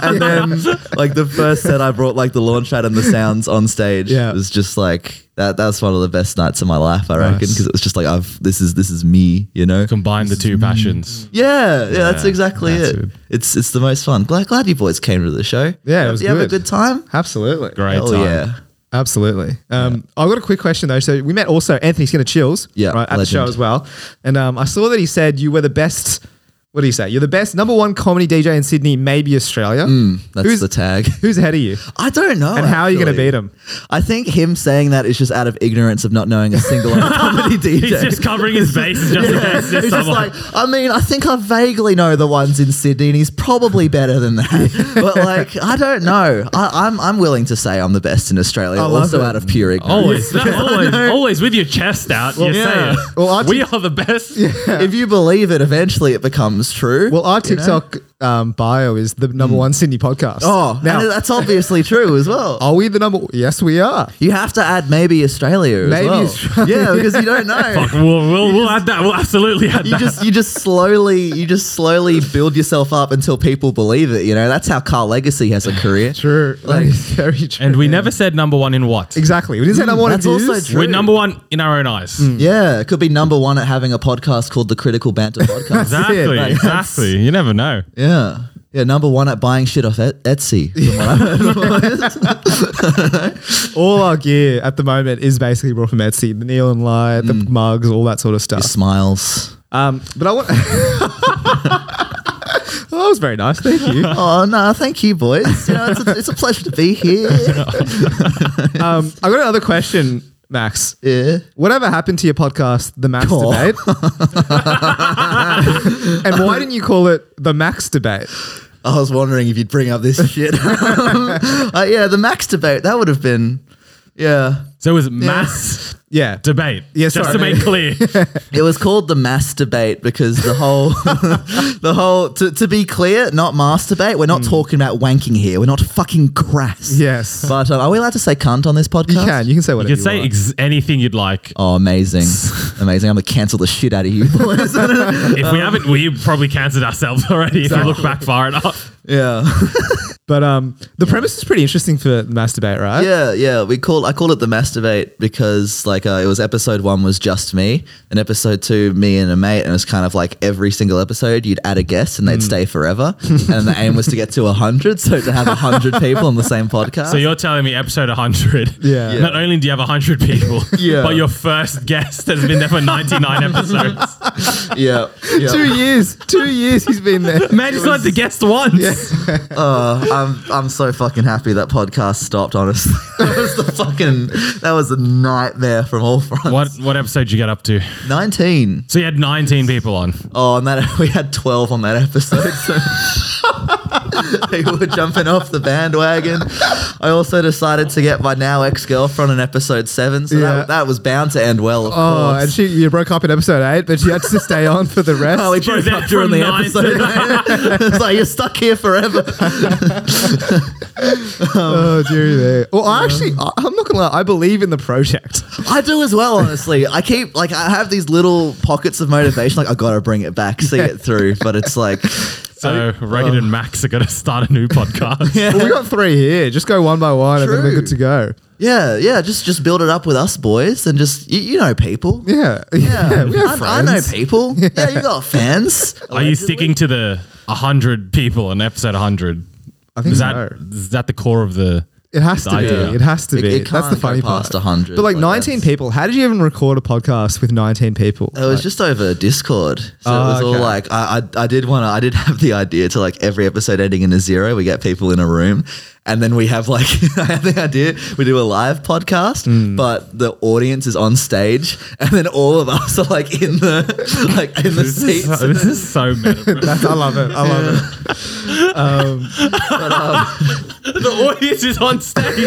C: And then, like the first set, I brought like the launch pad and the sounds on stage.
D: Yeah.
C: It was just like that. That was one of the best nights of my life, I reckon,
D: Nice.
C: because it was just like I've this is this is me, you know.
B: Combine the two passions.
C: Yeah, yeah, that's exactly
B: that's
C: it.
B: it.
C: It's it's the most fun. Glad glad you boys came to the show.
D: Yeah, it
C: Did
D: was
C: you have a
D: good.
C: good time.
D: Absolutely.
B: Great
C: Hell
B: time.
C: yeah.
D: Absolutely. Um, I've got a quick question though. So we met also Anthony Skinner Chills,
C: Yeah,
D: right, at the
C: legend.
D: show as well. And um, I saw that he said you were the best. What do you say? You're the best number one comedy DJ in Sydney, maybe Australia.
C: Mm, That's
D: who's,
C: the tag.
D: Who's ahead of you?
C: I don't know.
D: And how are you going to
C: actually.
D: beat him?
C: I think him saying that is just out of ignorance of not knowing a single other comedy DJ.
B: He's just covering his bases just in case there's
C: He's just
B: someone.
C: like, I mean, I think I vaguely know the ones in Sydney, and he's probably better than that. but like, I don't know. I, I'm I'm willing to say I'm the best in Australia,
D: love
C: also
D: it.
C: out of pure ignorance.
B: Always, that's always, always with your chest out. you say
C: yeah.
B: it.
D: Well, I
B: we are the best.
C: If you believe it, eventually it becomes true.
D: Oh, Well, our TikTok um, bio is the number one Sydney
C: Mm.
D: podcast.
C: oh,
D: now Oh.
C: and that's obviously true as well.
D: are we the number? Yes, we are.
C: You have to add maybe Australia as
D: Maybe
C: well.
D: Australia.
C: Yeah, because you don't know.
B: Fuck, we'll, we'll, we'll add that. We'll absolutely add
C: You
B: that.
C: just you just slowly you just slowly build yourself up until people believe it. You know that's how Carl Legacy has a career.
D: True. that
C: Like-
D: is very true.
B: and we never said number one in what?
D: exactly. We didn't say number one. in
C: Mm, that's also
D: views.
C: true.
B: We're number one in our own eyes.
C: Yeah, it could be number one at having a podcast called the Critical Banter Podcast.
B: Exactly.
D: it, like,
B: exactly. You never know.
C: yeah. Yeah, number one at buying shit off Et- Etsy. from what I-
D: All our gear at the moment is basically brought from Etsy. The neon light, the mugs, all that sort of stuff.
C: Smiles.
D: Um, but I want. well, that was very nice. Thank you.
C: Oh no, thank you, boys. You know, it's, a, it's a pleasure to be here.
D: Um, I got another question, Max.
C: Yeah.
D: Whatever happened to your podcast, The Max
C: Cool.
D: Debate? and why didn't you call it The Max Debate?
C: I was wondering if you'd bring up this shit. Uh, yeah, the Max debate that would have been. Yeah,
B: So it was mass
D: Yeah.
B: debate.
D: Yeah,
B: just to
D: sorry.
B: make clear.
C: it was called the mass debate because the whole, the whole. To, to be clear, not masturbate. We're not talking about wanking here. We're not fucking crass.
D: yes.
C: But um, are we allowed to say cunt on this podcast?
D: you can. You can say
B: you
D: whatever you,
B: could say
D: want.
B: ex- anything you'd like.
C: Oh, amazing. amazing. I'm going to cancel the shit out of you boys.
B: If we haven't, we probably cancelled ourselves already. If you look back far enough,
C: yeah.
D: but um, the premise is pretty interesting for The Max Debate, right?
C: Yeah, yeah. We call I call it the masturbate because like uh, it was episode one was just me, and episode two me and a mate, and it was kind of like every single episode you'd add a guest and they'd stay forever, and the aim was to get to hundred, so to have hundred people on the same podcast.
B: so you're telling me episode 100.
D: Yeah. Yeah.
B: Not only do you have 100 people,
C: Yeah.
B: but your first guest has been there for 99 episodes.
C: yeah, yeah.
D: Two years. Two years he's been there.
B: Man, just not the guest once.
C: Uh, I'm I'm so fucking happy that podcast stopped. Honestly, that was the fucking that was a nightmare from all fronts.
B: What what episode did you get up to?
C: Nineteen.
B: So you had 19 people on.
C: Oh, and that we had twelve on that episode. So people were jumping off the bandwagon. I also decided to get my now ex girlfriend in episode seven, so
D: Yeah.
C: that, that was bound to end well. Of
D: Oh, and
C: course.
D: she you broke up in episode eight, but she had to stay on for the rest.
C: Oh, we
B: She was
C: broke
B: there
C: up during the
B: from nine to
C: episode. it's like you're stuck here forever.
D: oh dear me. Well, I actually, I, I'm not gonna lie. I believe in the project.
C: I do as well, honestly. I keep like I have these little pockets of motivation, like I gotta bring it back, see it through. But it's like,
B: So Rugged and Max are going to start a new podcast.
D: Well, we got three here. Just go one by one, and then we're
C: True.
D: good to go.
C: yeah, yeah, just just build it up with us boys, and just you, you know people.
D: Yeah, yeah. we have
C: I, I know
D: friends.
C: people. Yeah, you got fans.
B: Are you sticking to the 100 people in episode 100?
D: I think
B: Is
D: so.
B: that, is that the core of the.
D: It has to
B: the
D: be.
B: idea.
D: It has to
C: It-
D: be.
C: it
D: That's
C: can't
D: the
C: go
D: funny
C: past
D: part.
C: 100,
D: But like,
C: like,
D: 19
C: that's-
D: people. How did you even record a podcast with 19 people?
C: It was just over Discord, so it
D: Oh,
C: was all
D: okay.
C: like I, I, I did want to. I did have the idea to like every episode ending in a zero, we get people in a room, and then we have like I had the idea we do a live podcast,
B: Hmm.
C: but the audience is on stage, and then all of us are like in the like in the
B: This is,
C: seats.
B: so, this is so meta. bro.
D: That's, I love it. I love
B: the audience is on stage.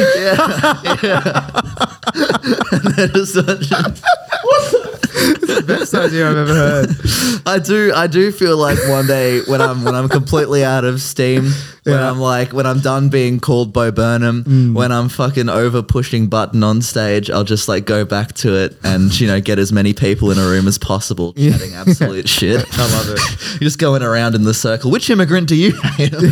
D: it. Best idea I've ever heard.
C: I do I do feel like one day when I'm when I'm completely out of steam, when
D: Yeah. Mm.
C: I'm like when I'm done being called Bo Burnham, when I'm fucking over pushing button on stage, I'll just like go back to it and you know get as many people in a room as possible chatting absolute shit. I love it. You're just going around in the circle. Which immigrant do you hate?
B: where,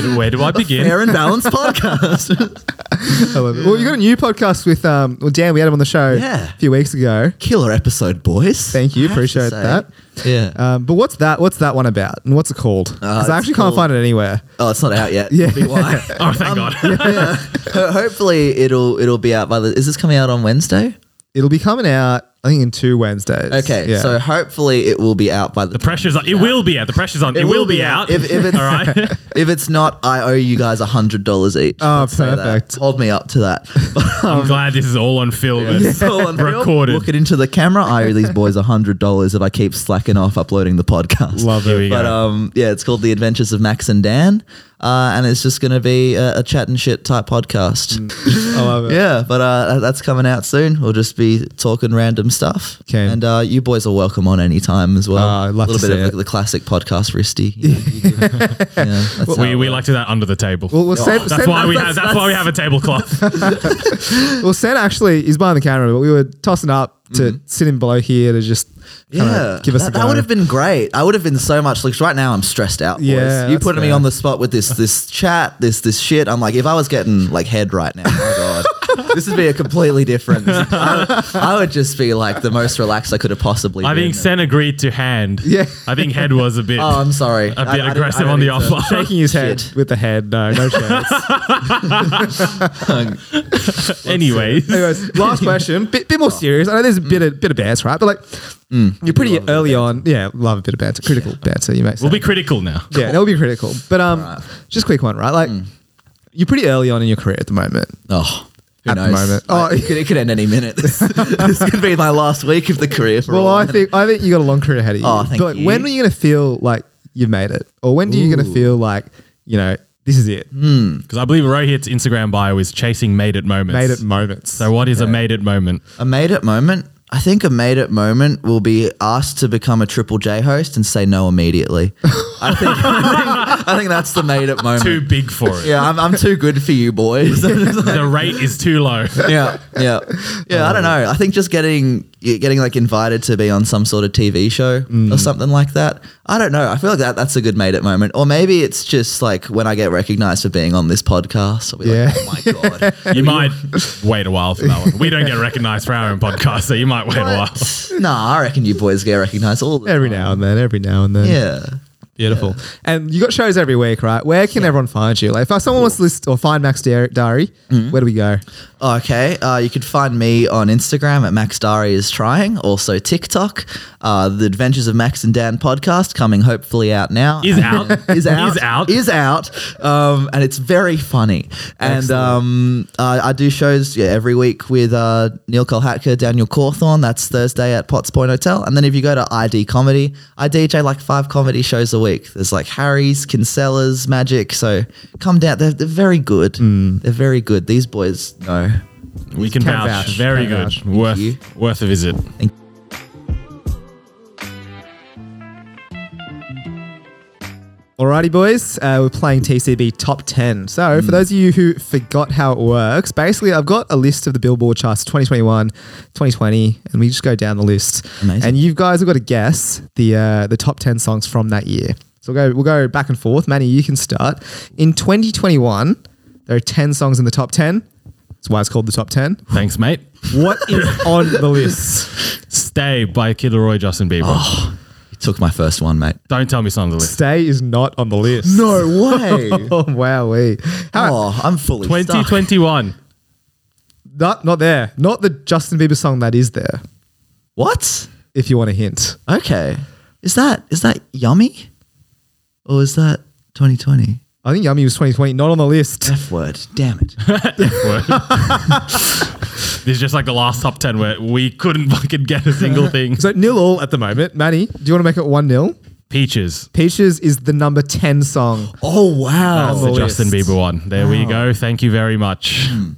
B: do, where do I begin?
C: Fair and balanced podcast.
D: I love it. Well, you got a new podcast with um. Well, Dan, we had him on the show
C: Yeah.
D: a few weeks ago.
C: Killer episode, boys.
D: Thank you.
C: I have to
D: Appreciate
C: say.
D: that.
C: Yeah.
D: Um, but what's that? What's that one about? And what's it called? Because I
C: Uh, it's
D: actually can't
C: called-
D: find it anywhere.
C: oh, it's not out yet.
D: Yeah.
C: Be why.
B: Oh, thank God.
C: yeah. Ho- Hopefully it'll it'll be out by the. Is this coming out on Wednesday?
D: It'll be coming out. I think in two Wednesdays.
C: Okay,
D: Yeah.
C: so hopefully it will be out by the.
B: The pressure's on. It will be out. The pressure's on. It, will be out.
C: If, if it's
B: All right.
C: if it's not, I owe you guys a hundred dollars each.
D: Oh,
C: Let's say that.
D: perfect.
C: Hold me up to that.
B: I'm glad this is all on film. and
C: So on film,
B: Recorded.
C: Look it into the camera. I owe these boys a hundred dollars if I keep slacking off uploading the podcast.
D: Love
B: Here we
D: it.
C: But
B: go.
C: um, yeah, it's called The Adventures of Max and Dan, uh, and it's just going to be a, a chat and shit type podcast.
B: Mm.
D: I love it.
C: Yeah, but uh, that's coming out soon. We'll just be talking random stuff.
D: Okay.
C: And uh, you boys are welcome on any time as well.
D: Ah, I'd love
C: a little
D: to
C: bit
D: see
C: of
D: it.
C: the, the classic podcast wristy. You know, you give- yeah, that's how
B: we
C: it
B: we
C: works.
B: like to do that under the table.
D: Well, we'll send,
B: that's
D: send-
B: why we
D: that's-
B: have. That's why we have a tablecloth.
D: Well, Sen actually is behind the camera, but we were tossing up to sit him below here to just kinda
C: Mm-hmm. Yeah,
D: give us
C: that,
D: a
C: that
D: go.
C: would have been great. I would have been so much. Like right now, I'm stressed out. Boys.
D: Yeah,
C: you
D: that's
C: putting me
D: fair.
C: on the spot with this this chat, this this shit. I'm like, if I was getting like head right now, my god, this would be a completely different. I, I would just be like the most relaxed I could have possibly.
B: I
C: been.
B: think Sen agreed to hand.
D: Yeah.
B: I think head was a bit
C: Oh, I'm sorry.
B: a bit aggressive on the offer.
D: Shaking his head
C: Shit.
D: with the head. No, no chance.
B: Anyways.
D: Anyways, last question. Bit,
C: Oh.
D: bit more serious. I know there's a bit
C: Mm.
D: of, bit of banter, right? But like, you're pretty early on. Yeah, love a bit of banter. Critical banter, you may say.
B: We'll be critical now.
D: yeah, that would be critical. But um, just a quick one, right? Like,
C: Mm.
D: you're pretty early on in your career at the moment.
C: Oh. Who
D: At the
C: knows?
D: moment.
C: Oh,
D: Oh.
C: it, could, it could end any minute. This, this could be my last week of the career. For
D: Well,
C: all
D: I
C: know.
D: think I think you got a long career ahead of you.
C: Oh, thank
D: but
C: you.
D: when are you going to feel like you've made it, or when are you going to feel like you know this is it?
C: Mm.
B: Because I believe Rohit's Instagram bio is chasing made it moments.
D: Made it moments.
B: So what is a made it moment?
C: a made it moment. I think a made it moment will be asked to become a Triple J host and say no immediately. I think I think, I think that's the made it moment.
B: Too big for it.
C: yeah, I'm, I'm too good for you boys.
B: The rate is too low.
C: yeah, yeah, yeah. I don't know. I think just getting getting like invited to be on some sort of TV show or something like that. I don't know. I feel like that that's a good made it moment. Or maybe it's just like when I get recognized for being on this podcast. I'll be
D: Yeah.
C: like, oh my god.
B: You might wait a while for that one. We don't get recognized for our own podcast, so you might wait a while.
C: nah, I reckon you boys get recognized all the
D: every
C: time.
D: now and then, every now and then.
C: Yeah.
D: Beautiful. And you got shows every week, right? Where can everyone find you? Like, if someone wants to list or find Max Diary, Diary
C: Mm.
D: where do we go?
C: Okay, uh, you can find me on Instagram at Max Dari is trying, also TikTok, uh, the Adventures of Max and Dan podcast coming hopefully out now.
B: Is
C: And-
B: out.
C: is out,
B: Is out.
C: is out, um, and it's very funny. And um, uh, I do shows yeah, every week with uh, Neil Kolhatka, Daniel Cawthorn. That's Thursday at Potts Point Hotel. And then if you go to ID Comedy, I DJ like five comedy shows a week. There's like Harry's, Kinsella's, Magic. So come down. They're, they're very good. They're very good. These boys know.
B: We can
D: Can
B: vouch.
D: vouch.
B: Very
D: Can
B: good.
D: vouch. Thank
B: Worth
C: you.
B: worth a visit.
D: Alrighty, boys, uh, we're playing TCB Top 10. So, for those of you who forgot how it works, basically, I've got a list of the Billboard charts 2021, 2020, and we just go down the list.
C: Amazing.
D: And you guys have got to guess the uh, the top 10 songs from that year. So, we'll go, we'll go back and forth. Manny, you can start. In 2021, there are 10 songs in the top 10. That's why it's called the top 10.
B: Thanks, mate.
D: What is on the list?
B: Stay by Kid Leroy Justin Bieber.
C: You took my first one, mate.
B: Don't tell me it's not on the list.
D: Stay is not on the list.
C: No way.
D: Oh, wowee. How,
C: oh, I'm fully stuck.
B: 2021.
D: Not, not there. Not the Justin Bieber song that is there.
C: What?
D: if you want a hint.
C: Okay. Is that is that yummy? Or is that 2020?
D: I think Yummy was 2020, not on the list.
C: F word. Damn it.
B: Word. this is just like the last top 10 where we couldn't fucking get a single thing.
D: So nil all at the moment. Manny, do you want to make it one nil?
B: Peaches.
D: Peaches is the number 10 song.
C: Oh wow.
B: That's
D: the
B: the Justin
D: list.
B: Bieber one. There we go. Thank you very much.
C: Hmm.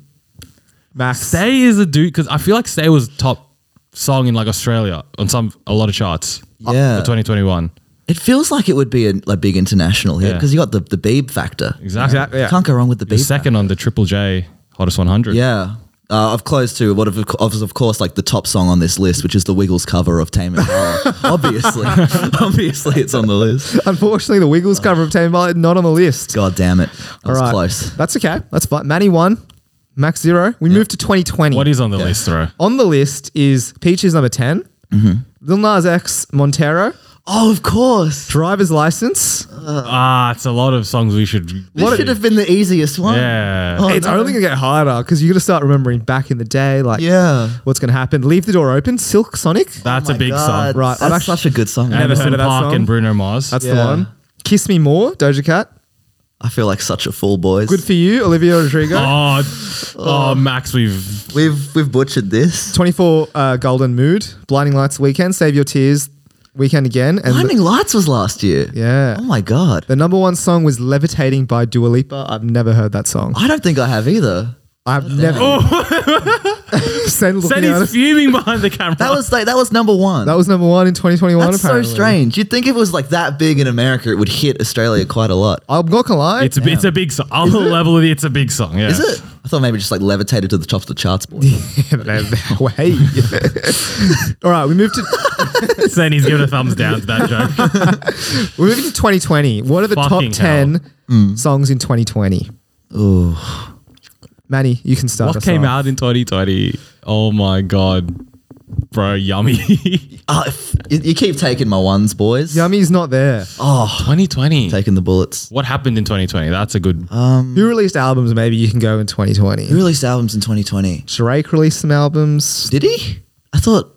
D: Max.
B: Stay is a dude because I feel like Stay was top song in like Australia on some a lot of charts. Uh,
C: Yeah.
B: for 2021.
C: It feels like it would be a, a big international hit
B: Yeah.
C: because you got the the Beeb factor.
B: Exactly.
D: Exactly. Yeah.
C: Can't go wrong with the
B: The
C: Beeb.
B: second on the Triple J Hottest 100.
C: Yeah. Uh, of close to what of, of of course like the top song on this list, which is the Wiggles cover of Tame Impala. obviously, obviously it's on the list.
D: Unfortunately, the Wiggles cover of Tame Impala not on the list.
C: God damn it, that was
D: All right.
C: close.
D: That's okay. That's fine. Manny one, Max zero. We move to 2020.
B: What is on the list, bro?
D: on the list is Peaches number 10,
C: Mm-hmm.
D: Lil Nas X Montero,
C: Oh, of course.
D: Driver's License.
B: Ah, it's a lot of songs we should.
C: This Uh, should have been the easiest one.
B: Yeah.
C: Oh,
D: it's
C: no.
D: only going to get harder because you're going to start remembering back in the day, like
C: yeah. Oh
D: what's going to happen. Leave the Door Open, Silk Sonic.
B: That's
C: my
B: a big
C: God.
B: song.
D: Right, I'm
C: That's
D: actually-
C: such a good song.
D: Never heard
B: Anderson
D: of that
B: Park
D: song.
B: and Bruno Mars.
D: That's the
C: Yeah.
D: one. Kiss Me More, Doja Cat.
C: I feel like such a fool, boys.
D: Good for you, Olivia Rodrigo.
B: oh, oh, Max, we've
C: We've we've butchered this.
D: 24 uh, Golden Mood, Blinding Lights Weekend, Save Your Tears Weekend again. And
C: Blinding
D: the,
C: Lights was last year.
D: Yeah.
C: Oh my god.
D: the number one song was Levitating by Dua Lipa. I've never heard that song.
C: I don't think I have either.
D: I've never. Sen looking
B: said
D: at
B: he's
D: us.
B: fuming behind the camera.
C: That was like that was number one.
D: That was number one in 2021,
C: That's
D: apparently.
C: so strange. You'd think if it was like that big in America, it would hit Australia quite a lot.
D: I'm not going to lie.
B: it's a, it's a big song. On the level of the, it's a big song. Yeah.
C: Is it? I thought maybe just like levitated to the top of the charts. Boy.
D: Way. All right, we moved to
B: Then he's giving a thumbs down to that joke.
D: we're moving to 2020. What are the
B: Fucking
D: top 10 songs in 2020? Manny, you can start.
B: What
D: us
B: came
D: off.
B: out in 2020? Oh my god, bro, yummy.
C: Ah, if- you, you keep taking my ones, boys.
D: Yummy's not there.
C: Oh,
B: 2020.
C: taking the bullets.
B: What happened in 2020? That's a good.
D: Who released albums? Maybe you can go in 2020.
C: Who released albums in 2020?
D: Drake released some albums.
C: Did he? I thought.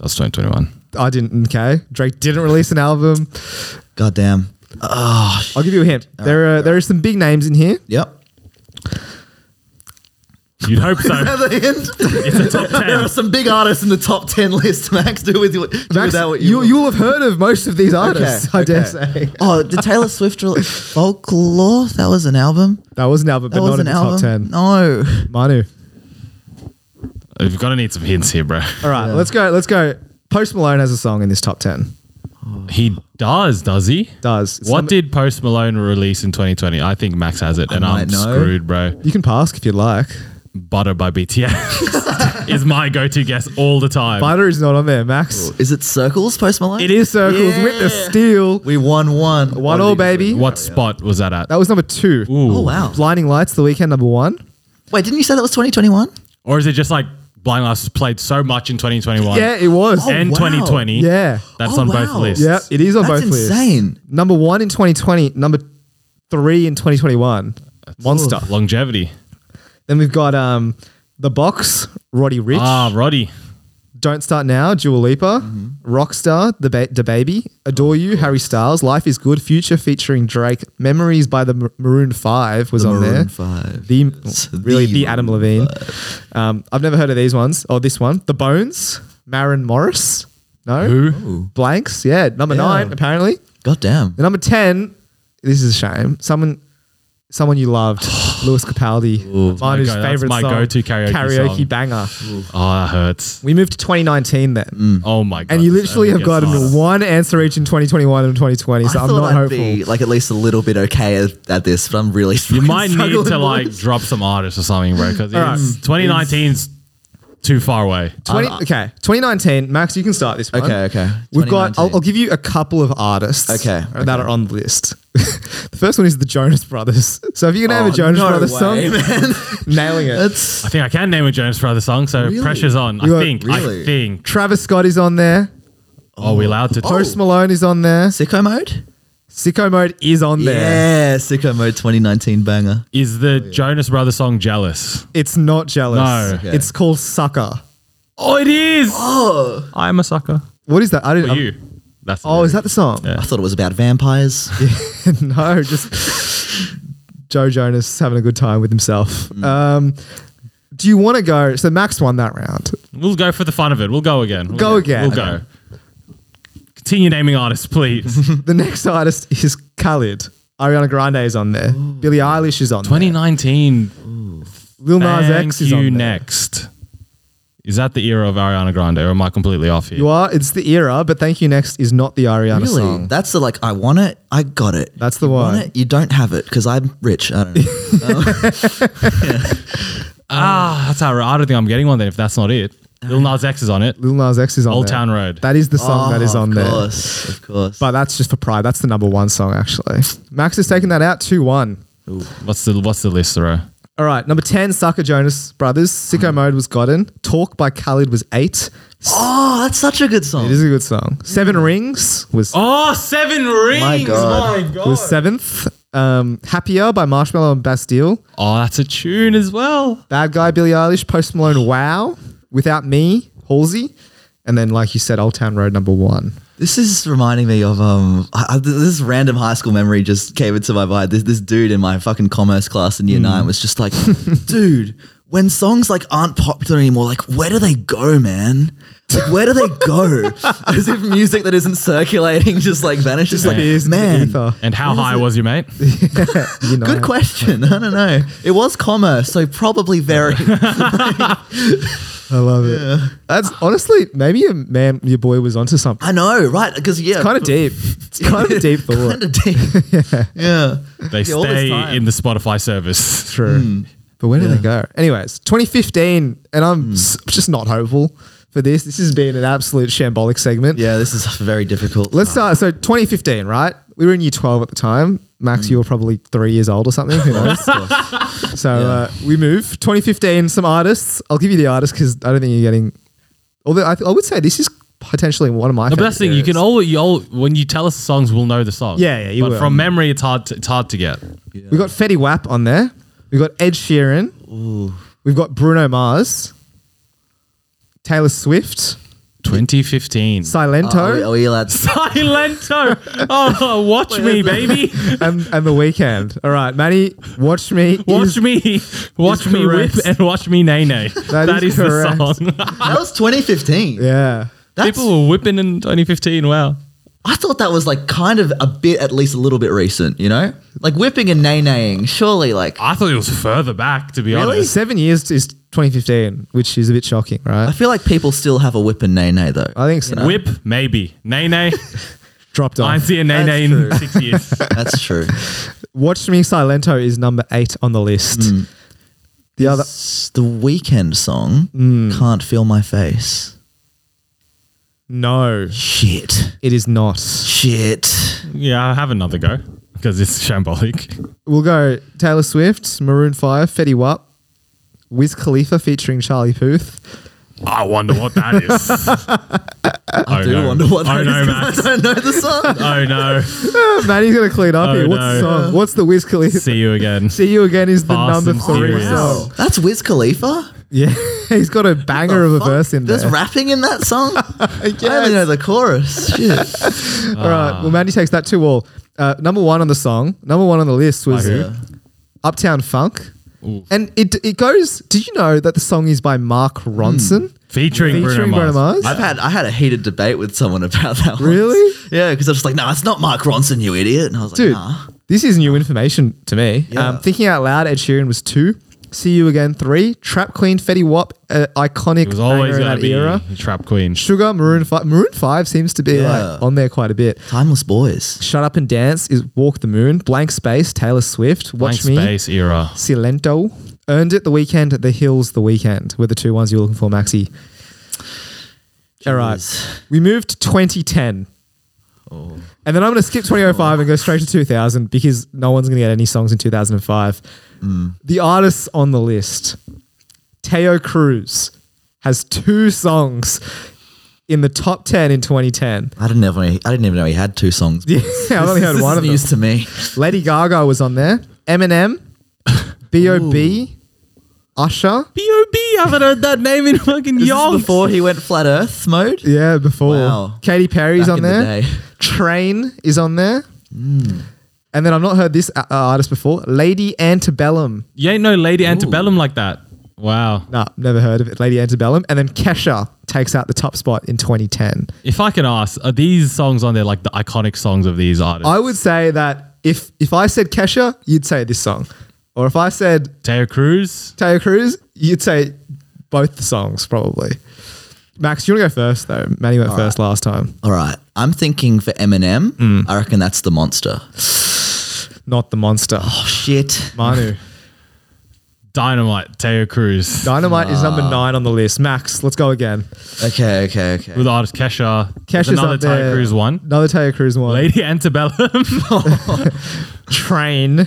B: that's 2021.
D: I didn't. Okay, Drake didn't release an album.
C: Goddamn.
D: I'll give you a hint. there are there are some big names in here.
C: Yep.
B: You'd hope so.
C: Have a hint. there are some big artists in the top ten list. Max, do with, do with
D: Max,
C: that what you.
D: you you will have heard of most of these artists. I dare
C: okay.
D: say
C: Oh, did Taylor Swift release Folklore? That was an album.
D: that was an album,
C: That
D: but
C: was
D: not in
C: an
D: the
C: album.
D: top ten.
C: No.
D: Manu.
B: We've got to need some hints here, bro.
D: All right, let's go. Let's go. Post Malone has a song in this top ten.
B: He does, does he?
D: Does It's
B: What
D: some-
B: did Post Malone release in 2020? I think Max has it, and I'm
C: might know.
B: screwed, bro.
D: you can pass if you'd like.
B: Butter by BTS is my go-to guess all the time.
D: Butter is not on there, Max.
C: Is it Circles Post Malone?
D: It is circles with the
C: Yeah.
D: steel.
C: We won one.
D: One all, baby.
B: what spot was that at?
D: That was number two.
B: Ooh.
C: Oh wow.
D: Blinding Lights, the weekend number one.
C: Wait, didn't you say that was 2021?
B: Or is it just like Blind Lights was played so much in 2021
D: Yeah, it was.
C: Oh.
B: and
C: wow.
B: 2020?
D: Yeah.
B: That's
C: Oh,
B: on both
C: wow.
B: lists.
D: Yeah, it is on
C: That's
D: both lists.
C: insane.
D: Number one in 2020, number three in 2021. Monster.
B: Longevity.
D: Then we've got um, The Box, Roddy Rich,
B: Ah, Roddy.
D: Don't Start Now, Dua Lipa,
C: Mm-hmm.
D: Rockstar, The ba- Da Baby, Adore You, Harry Styles, Life is Good, Future featuring Drake, Memories by the Mar- Maroon 5 was
C: The
D: on
C: Maroon
D: there.
C: Five.
D: The,
C: It's
D: really,
C: the
D: the, Adam Levine. Um, I've never heard of these ones, or this one. The Bones, Marin Morris. No?
B: Who?
D: Blanks, yeah. Number
C: Yeah.
D: nine, apparently.
C: Goddamn.
D: The number ten. This is a shame. Someone, someone you loved, Lewis Capaldi, Manu's
B: My go- that's
D: favorite
B: my
D: song,
B: go-to karaoke song.
D: banger.
B: Oh, that hurts.
D: We moved to 2019 then,
C: Mm,
B: Oh my god.
D: Mm. and you
B: this
D: literally have
B: only gets
D: gotten
B: harder.
D: one answer each in 2021 and 2020. So
C: I
D: I am
C: thought
D: not
C: I'd
D: hopeful.
C: be like at least a little bit okay at, at this, but I'm really.
B: You might need to like drop some artists or something, bro, because
D: All right.
B: 2019's too far away.
D: 20, okay, 2019. Max, you can start this one.
C: Okay, okay.
D: We've got. I'll,
C: 2019.
D: I'll give you a couple of artists.
C: Okay,
D: that are on the list. the first one is the Jonas Brothers. So if you can have a
C: Oh,
D: Jonas
C: no
D: Brothers
C: way,
D: song, nailing it.
C: That's
B: I think I can name a Jones for other song, so
C: Really?
B: pressure's on.
D: You are-
B: I think. I
C: really?
B: think.
D: Travis Scott is on there.
B: Are we allowed to?
D: Oh. Post
C: Oh.
D: Malone is on there.
C: sicko mode.
D: Sicko Mode is on there.
C: Yeah, sicko mode 2019 banger.
B: Is
D: Oh,
B: the Jonas Brothers song jealous?
D: It's not jealous.
B: No.
C: Okay.
D: It's called Sucker.
B: Oh, it is.
C: Oh,
B: I'm a sucker
D: What is that? I didn't.
B: for
D: I'm-
B: you. That's
D: Um, Oh, is that the song?
B: Yeah.
C: I thought it was about vampires.
D: no, just Joe Jonas having a good time with himself.
C: Mm.
D: Um, do you want to go? So Max won that round.
B: We'll go for the fun of it. We'll go again. We'll
D: Go again.
B: We'll go. Continue naming artists, please.
D: The next artist is Khalid. Ariana Grande is on there. Billie Eilish is on
B: 2019.
D: there. Lil Nas
B: Thank
D: X is on
B: you
D: there.
B: next. Is that the era of Ariana Grande, or am I completely off here?
D: You are. It's the era, but Thank You Next is not the Ariana
C: really?
D: song.
C: That's the like. I want it. I got it.
D: That's the
C: You want
D: one.
C: it, you don't have it because I'm rich. I don't know.
B: ah, that's how. I don't think I'm getting one then. If that's not it, Lil Nas X is on it.
D: Uh, Lil Nas X is on
B: Old
D: there.
B: Town Road.
D: That is the song that is
C: Oh,
D: on
C: of
D: there.
C: course, of course.
D: But that's just for pride. That's the number one song, actually. Max is taking that out 2 1.
B: What's the What's the list, bro?
D: All right. Number 10, Sucker Jonas Brothers.
B: Hmm.
D: Sicko Mode was gotten. Talk by Khalid was eight.
C: oh, that's such a good song.
D: It is a good song. Seven Rings was,
B: Hmm. Oh, Seven Rings.
C: My God.
B: My God.
D: was seventh. Um, Happier by Marshmallow and Bastille.
B: Oh, that's a tune as well.
D: Bad Guy, Billie Eilish. Post Malone, Wow. Without Me, Halsey. And then, like you said, Old Town Road number one.
C: This is reminding me of um I, I- this random high school memory just came into my mind. This this dude in my fucking commerce class in
D: Hmm.
C: year nine was just like, dude, when songs like aren't popular anymore, like where do they go, man? Like where do they go? As if music that isn't circulating just like vanishes. Like
D: Disappears into the
C: man,
D: ether.
B: And how high was you, mate?
D: You know.
C: good question. I don't know. It was commerce, so probably very.
D: I love it. That's honestly, maybe your man, your boy was onto something.
C: I know, right? Because yeah,
D: Kind of deep. It's kind of deep thought.
C: Kind of deep. yeah.
B: They
C: all this
B: stay
C: time.
B: in the Spotify service.
D: True. But where do they go? Anyways, 2015, and I'm s- just not hopeful for this. This has been an absolute shambolic segment.
C: Yeah, this is very difficult.
D: Let's start. So 2015, right? we were in year 12 at the time. Max, you were probably three years old or something. Who knows? so uh, we move. 2015, some artists. I'll give you the artist because I don't think you're getting. Although I, th- I would say this is potentially one of my.
B: No, but
D: favorite
B: that's the thing. You can
D: periods.
B: all, you all, when you tell us the songs, we'll know the song.
D: Yeah, yeah, you
B: but
D: will.
B: from memory, it's hard. To, it's hard to get.
D: We got Fetty Wap on there. We got Ed Sheeran. We've got Bruno Mars. Taylor Swift.
B: 2015.
D: Silento.
C: Are we, are we allowed to-
B: Silento. Oh, watch me, baby.
D: and, and the weekend. All right, Manny, watch me.
B: Watch
D: is-
B: me, watch me whip
D: correct.
B: and watch me nay nay. that is,
D: is
B: the
D: correct.
B: song.
C: That was 2015.
D: Yeah.
C: That's,
B: People were whipping in 2015. Wow.
C: I thought that was like kind of a bit, at least a little bit recent, you know? Like whipping and nay naying. Surely, like,
B: I thought it was further back, to be honest.
D: Seven years is 2015, which is a bit shocking,
C: I
D: right?
C: feel like people still have a whip and nay nay, though.
D: I think so.
B: Whip, maybe. Nay nay.
D: Dropped
B: I
D: off.
B: see a nay nay
C: That's
B: in
C: true.
B: six years.
C: That's true.
D: Watch Me Silento is number eight on the list.
B: Hmm.
D: The other.
C: It's the weekend song, Can't Feel My Face.
D: No,
C: Shit.
D: it is not.
C: Shit.
B: Yeah, I'll have another go because it's shambolic.
D: We'll go Taylor Swift, Maroon 5, Fetty Wap, Wiz Khalifa featuring Charlie Puth.
B: I wonder what that is. I
C: do wonder what that
B: oh, no,
C: is, 'cause
B: Max.
C: I don't know the song.
B: Oh no.
D: Manny's going to clean up
B: Oh,
D: here. What's the
B: no.
D: song? What's the Wiz Khalifa? See,
B: See you again.
D: You Again is the
B: Fast
D: number
B: and
D: three
B: Furious.
C: Wow.
D: song.
C: That's Wiz Khalifa?
D: Yeah, he's got a banger of a
C: Fuck,
D: verse in
C: There's
D: there.
C: rapping in that song? I
D: Yes.
C: don't even know the chorus. Shit.
D: All
B: Ah.
D: right. Well, Mandy takes that two all. Uh, number one on the song, number one on the list was
C: who?
D: Uptown Funk. And it it goes, did you know that the song is by Mark
B: Hmm.
D: Ronson?
B: Featuring, Bruno
D: Featuring Bruno
B: Mars.
D: Mars?
C: I've had I had a heated debate with someone about that. once.
D: Really?
C: Yeah, because I was just like, no, it's not Mark Ronson, you idiot. And I was like,
D: Dude,
C: nah.
D: this is new information to me.
C: Yeah.
D: Um, thinking Out Loud, Ed Sheeran was two. See You Again, three. Trap Queen, Fetty Wap, uh, iconic
B: It was
D: banger
B: always
D: in
B: going
D: that
B: to be
D: era.
B: Trap Queen.
D: Sugar, Maroon 5. Maroon 5 seems to be
C: Yeah.
D: like on there quite a bit.
C: Timeless Boys.
D: Shut Up and Dance is Walk the Moon. Blank Space, Taylor Swift.
B: Blank
D: Watch Me.
B: Space era.
D: Silento. Earned it the weekend, The Hills the weekend were the two ones you were looking for, Maxi. All right.
C: Jeez.
D: We moved to 2010.
C: Oh.
D: And then I'm going to skip 2005 and go straight to 2000 because no one's going to get any songs in 2005.
C: Mm.
D: The artists on the list Teo Cruz has two songs in the top 10 in 2010.
C: I didn't have any, I didn't even know he had two songs.
D: Yeah, I've only
C: This
D: heard
C: is
D: one of them.
C: news to me.
D: Lady Gaga was on there. Eminem, B.O.B., Usher.
B: B.O.B. I haven't heard that name in fucking
C: This is before he went flat Earth mode.
D: Yeah, before.
C: Wow.
D: Katy Perry's
C: Back
D: on
C: in the day.
D: there.
C: Hmm.
D: Train is on there. And then I've not heard this uh, uh, artist before. Lady Antebellum.
B: You ain't no Lady Antebellum like that. Wow.
D: Nah, never heard of it. Lady Antebellum. And then Kesha takes out the top spot in 2010.
B: If I can ask, are these songs on there like the iconic songs of these artists?
D: I would say that if if I said Kesha, you'd say this song. Or if I said
B: Teo Cruz?
D: Taylor Cruz, you'd say both the songs probably. Max, you want to go first though? Manny went first last time.
C: All right. I'm thinking for Eminem.
D: Mm.
C: I reckon that's the monster.
D: Not the monster.
C: Oh, shit.
D: Manu.
B: Dynamite, Teo Cruz.
D: Dynamite is number nine on the list. Max, let's go again.
C: Okay, okay, okay.
B: with artist Kesha. There's
D: Kesha's
B: another
D: up there.
B: Teo Cruz one.
D: Another Taylor Cruz one.
B: Lady Antebellum.
D: Train.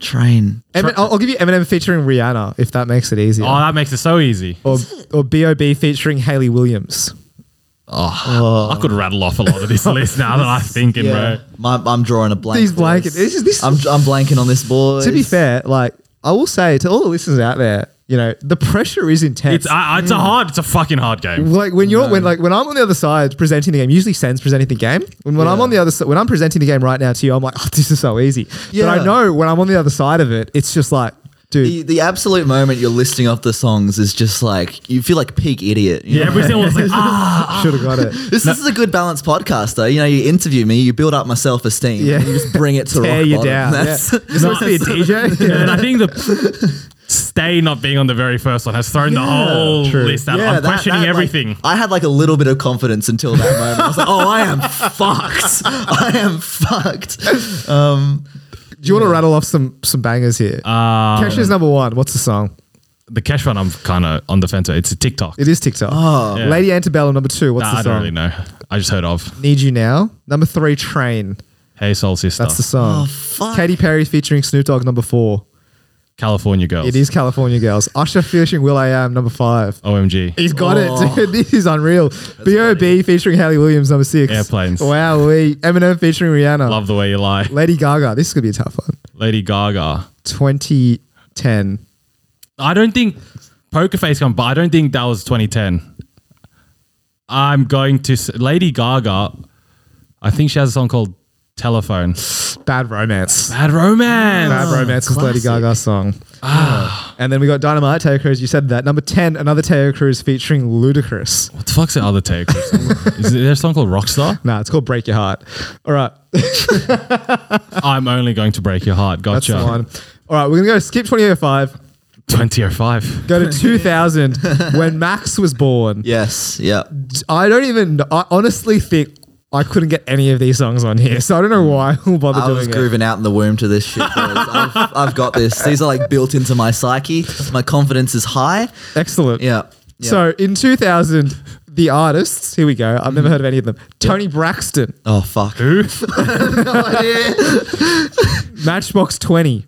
C: Train.
D: Emin- I'll, I'll give you Eminem featuring Rihanna if that makes it easier.
B: Oh, that makes it so easy.
D: or or B.O.B. featuring Haley Williams.
B: I could rattle off a lot of this list now that I'm thinking,
C: Yeah. My, I'm drawing a blank.
D: These
C: boys.
D: blanket. This is, this
C: I'm, I'm blanking on this, boy.
D: to be fair, like I will say to all the listeners out there, you know, the pressure is
B: bro.
D: intense.
B: It's I, I- it's a hard, it's a fucking hard game.
D: like when you're when like when I'm on the other side presenting the game, usually Sen's presenting the game. And when I'm on the other si- when I'm presenting the game right now to you, I'm like, oh, this is so easy. But I
C: Yeah.
D: know when I'm on the other side of it, it's just like, dude,
C: The, the absolute moment you're listing off the songs is just like you feel like peak idiot. you
B: Yeah,
C: know?
B: every single one's like, ah,
D: should have got it.
C: This, this is a good balanced podcast, though. You know, you interview me, you build up my self esteem,
D: Yeah.
C: and you just bring it to
D: Tear
C: rock
D: you
C: bottom.
D: down. Yeah.
C: That's-
D: You're supposed to be a DJ.
B: and I think the stay not being on the very first one has thrown the
C: Yeah,
B: whole
D: true.
B: list out.
C: Yeah,
B: I'm
C: that-
B: questioning
C: that, like,
B: everything.
C: I had like a little bit of confidence until that moment. I was like, oh, I am fucked. I am fucked. Um,
D: Do you want to rattle off some some bangers here?
B: Um,
D: Kesha's number one. What's the song?
B: the cash one, I'm kind of on the fence. with. It's a TikTok.
D: It is TikTok. Oh.
B: Yeah.
D: Lady Antebellum, number two. What's
B: Nah, I
D: the
B: don't
D: song?
B: really know. I just heard of.
D: Need You Now. Number three, Train.
B: Hey Soul Sister.
D: That's the song.
C: Oh, fuck.
D: Katy Perry featuring Snoop Dogg, number four.
B: California Girls.
D: It is California Girls. Usher featuring Will I Am, number five.
B: OMG.
D: He's got
C: Oh.
D: it, dude. This is unreal. B.O.B. featuring Haley Williams, number six.
B: Airplanes.
D: Wow, we Eminem featuring Rihanna.
B: Love the way you lie.
D: Lady Gaga. This is gonna be a tough one.
B: Lady Gaga.
D: 2010.
B: I don't think Poker Face come, but I don't think that was 2010. I'm going to s- Lady Gaga. I think she has a song called Telephone.
D: Bad Romance.
B: Bad Romance.
D: Bad Romance is Lady
C: Oh, classic. Ah.
D: Gaga's song. and then we got Dynamite Taylor Cruz. You said that. Number 10, another Taylor Cruz featuring Ludacris.
B: What the fuck's the other take? is there a song called Rockstar?
D: Nah, it's called Break Your Heart. All right.
B: I'm only going to break your heart.
D: That's
B: Gotcha.
D: the one. All right, we're going to go skip 2005,
B: 2005.
D: go to 2000 when Max was born.
C: Yes. Yeah.
D: I don't even, I honestly think I couldn't get any of these songs on here. So I don't know why we'll bother
C: I
D: doing
C: was
D: it.
C: grooving out in the womb to this shit. boys. I've, I've got this. These are like built into my psyche. My confidence is high.
D: Excellent.
C: Yeah. yeah.
D: So in 2000, the artists, here we go. I've
C: Mm.
D: never heard of any of them. Tony Braxton,
C: Oh fuck.
B: Who?
D: Matchbox 20,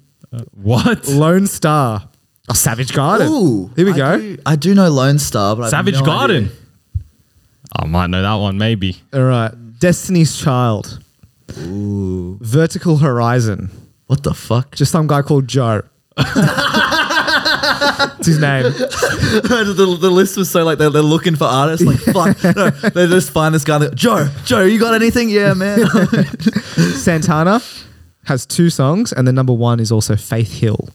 B: What?
D: Lone Star, oh, Savage Garden.
C: Ooh.
D: here we
C: I
D: go.
C: do- I do know Lone Star, but I have
B: Savage
C: no idea.
B: Garden. I might know that one, maybe.
D: All right. Destiny's Child, Vertical Horizon.
C: What the fuck?
D: Just some guy called Joe. It's his name.
C: the, the list was so like they're, they're looking for artists. Like fuck. No, they just find this guy. That, Joe. Joe, you got anything? Yeah, man.
D: Santana has two songs, and the number one is also Faith Hill.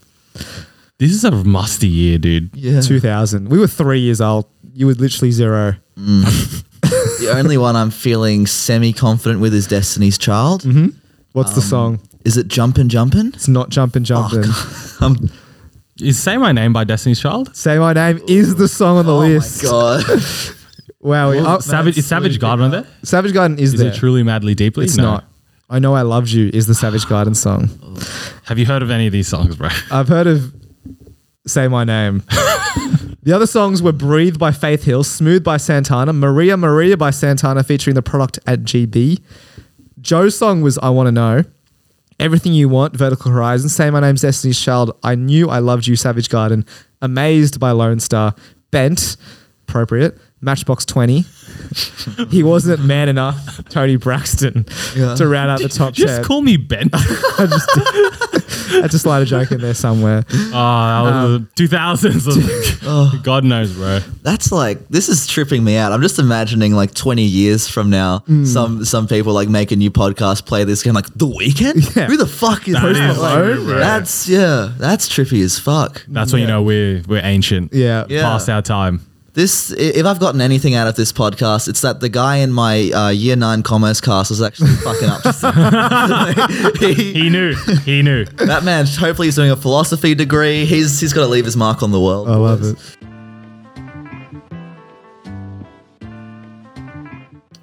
B: This is a musty year, dude.
C: yeah.
D: 2000. We were three years old. You were literally zero.
C: The only one I'm feeling semi confident with is Destiny's Child.
D: What's
C: Um,
D: the song?
C: Is it Jumpin' Jumpin'? Oh,
D: It's not Jumpin' Jumpin'.
C: Um,
B: Is Say My Name by Destiny's Child?
D: Say My Name is the song on the
C: oh my
D: list.
C: god.
D: Wow. we- oh,
B: Savage is Savage Garden on there?
D: Savage Garden is,
B: Is
D: there.
B: it truly madly deeply?
D: It's
B: No.
D: not. I Know I Loved You is the Savage Garden song.
B: Have you heard of any of these songs, bro?
D: I've heard of Say My Name. the other songs were Breathe by Faith Hill, Smooth by Santana, Maria Maria by Santana featuring the product at GB. Joe's song was I Want to Know. Everything You Want, Vertical Horizon, Say My Name's Destiny's Child, I Knew I Loved You, Savage Garden, Amazed by Lone Star, Bent, appropriate, Matchbox 20. he wasn't man enough, Tony Braxton,
C: Yeah.
D: to round out the top
B: Just
D: 10.
B: call me Ben.
D: I just I just slide a joke in there somewhere.
C: Um,
B: Oh, two thousands.
C: Oh.
B: God knows, bro.
C: That's like this is tripping me out. I'm just imagining like 20 years from now,
B: Mm.
C: some some people like make a new podcast, play this game, like the weekend.
D: Yeah.
C: Who the fuck is
B: That
C: that?
B: is
C: Like,
B: true, bro.
C: that's yeah, that's trippy as fuck.
B: That's when you know we're we're ancient.
D: Yeah.
C: Yeah.
B: Past our time.
C: This, i- if I've gotten anything out of this podcast, it's that the guy in my uh, year nine commerce class was actually fucking up. to something. he,
B: He knew. He knew.
C: that man, hopefully, he's doing a philosophy degree. He's he's got to leave his mark on the world.
B: Oh.
D: I love it.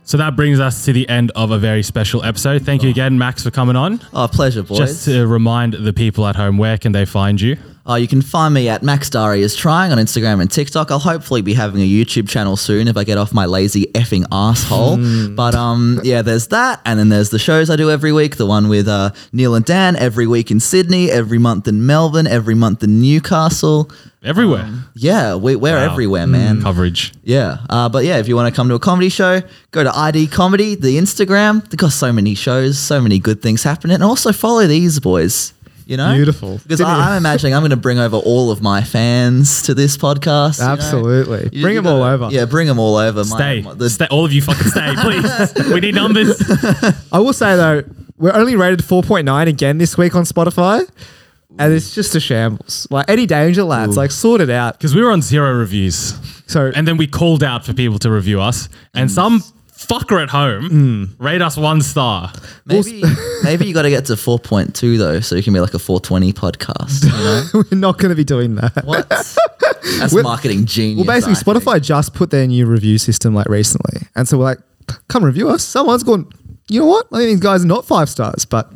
B: So that brings us to the end of a very special episode. Thank you again, Max, for coming on.
C: Oh, pleasure, Oh. boys.
B: Just to remind the people at home, where can they find you?
C: Uh, you can find me at Max Dari is trying on Instagram and TikTok. I'll hopefully be having a YouTube channel soon if I get off my lazy effing asshole. But um, yeah, there's that, and then there's the shows I do every week. The one with uh, Neil and Dan every week in Sydney, every month in Melbourne, every month in Newcastle.
B: Everywhere.
C: Yeah, we, we're
B: Wow.
C: Um,
B: Hmm.
C: everywhere, man.
B: Coverage.
C: Yeah, uh, but yeah, if you want to come to a comedy show, go to ID Comedy, the Instagram. They've got so many shows, so many good things happening, and also follow these boys. You know,
D: Beautiful.
C: Because
D: Didn't
C: I, I'm imagining I'm going to bring over all of my fans to this podcast. you know?
D: Absolutely.
C: You-
D: Bring
C: you
D: them all
C: gotta-
D: over.
C: Yeah, bring them all over. My-
B: Stay.
C: my- the-
B: stay. All of you fucking stay, please. we need numbers.
D: I will say though, we're only rated 4.9 again this week on Spotify. And it's just a shambles. Like any danger, lads. Like sort it out.
B: Because we were on zero reviews.
D: So
B: And then we called out for people to review us. And some fucker at home
C: Hmm.
B: rate us one star.
C: maybe, maybe you got to get to 4.2 though, so you can be like a 420 podcast. You know?
D: we're not going to be doing that.
C: what? That's marketing genius.
D: Well, basically,
C: I think.
D: Spotify just put their new review system like recently, and
C: Mm.
D: so we're like, come review us. Someone's gone. You know what? I think these guys are not five stars, but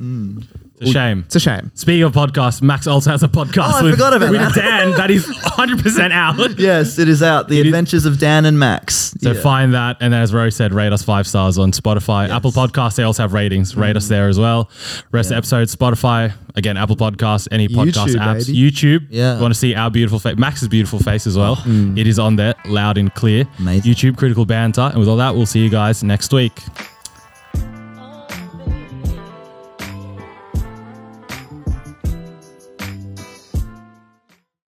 B: It's a shame.
D: It's a shame.
B: Speaking of podcasts, Max also has a podcast
C: Oh, I
B: with,
C: forgot about
B: with
C: that.
B: Dan that is 100% out.
C: Yes, it is out. The Adventures of Dan and Max.
B: So
C: Yeah.
B: find that, and as Rose said, rate us five stars on Spotify, Apple Podcasts. They also have ratings. Rate
C: Hmm.
B: us there as well. Rest of the episodes, Spotify, again, Apple Podcasts, any podcast
D: YouTube,
B: apps,
D: baby.
B: YouTube.
C: Yeah. Hmm.
B: want to see our beautiful face, Max's beautiful face as well. It is on there, loud and clear.
C: Amazing.
B: YouTube, critical banter, and with all that, we'll see you guys next week.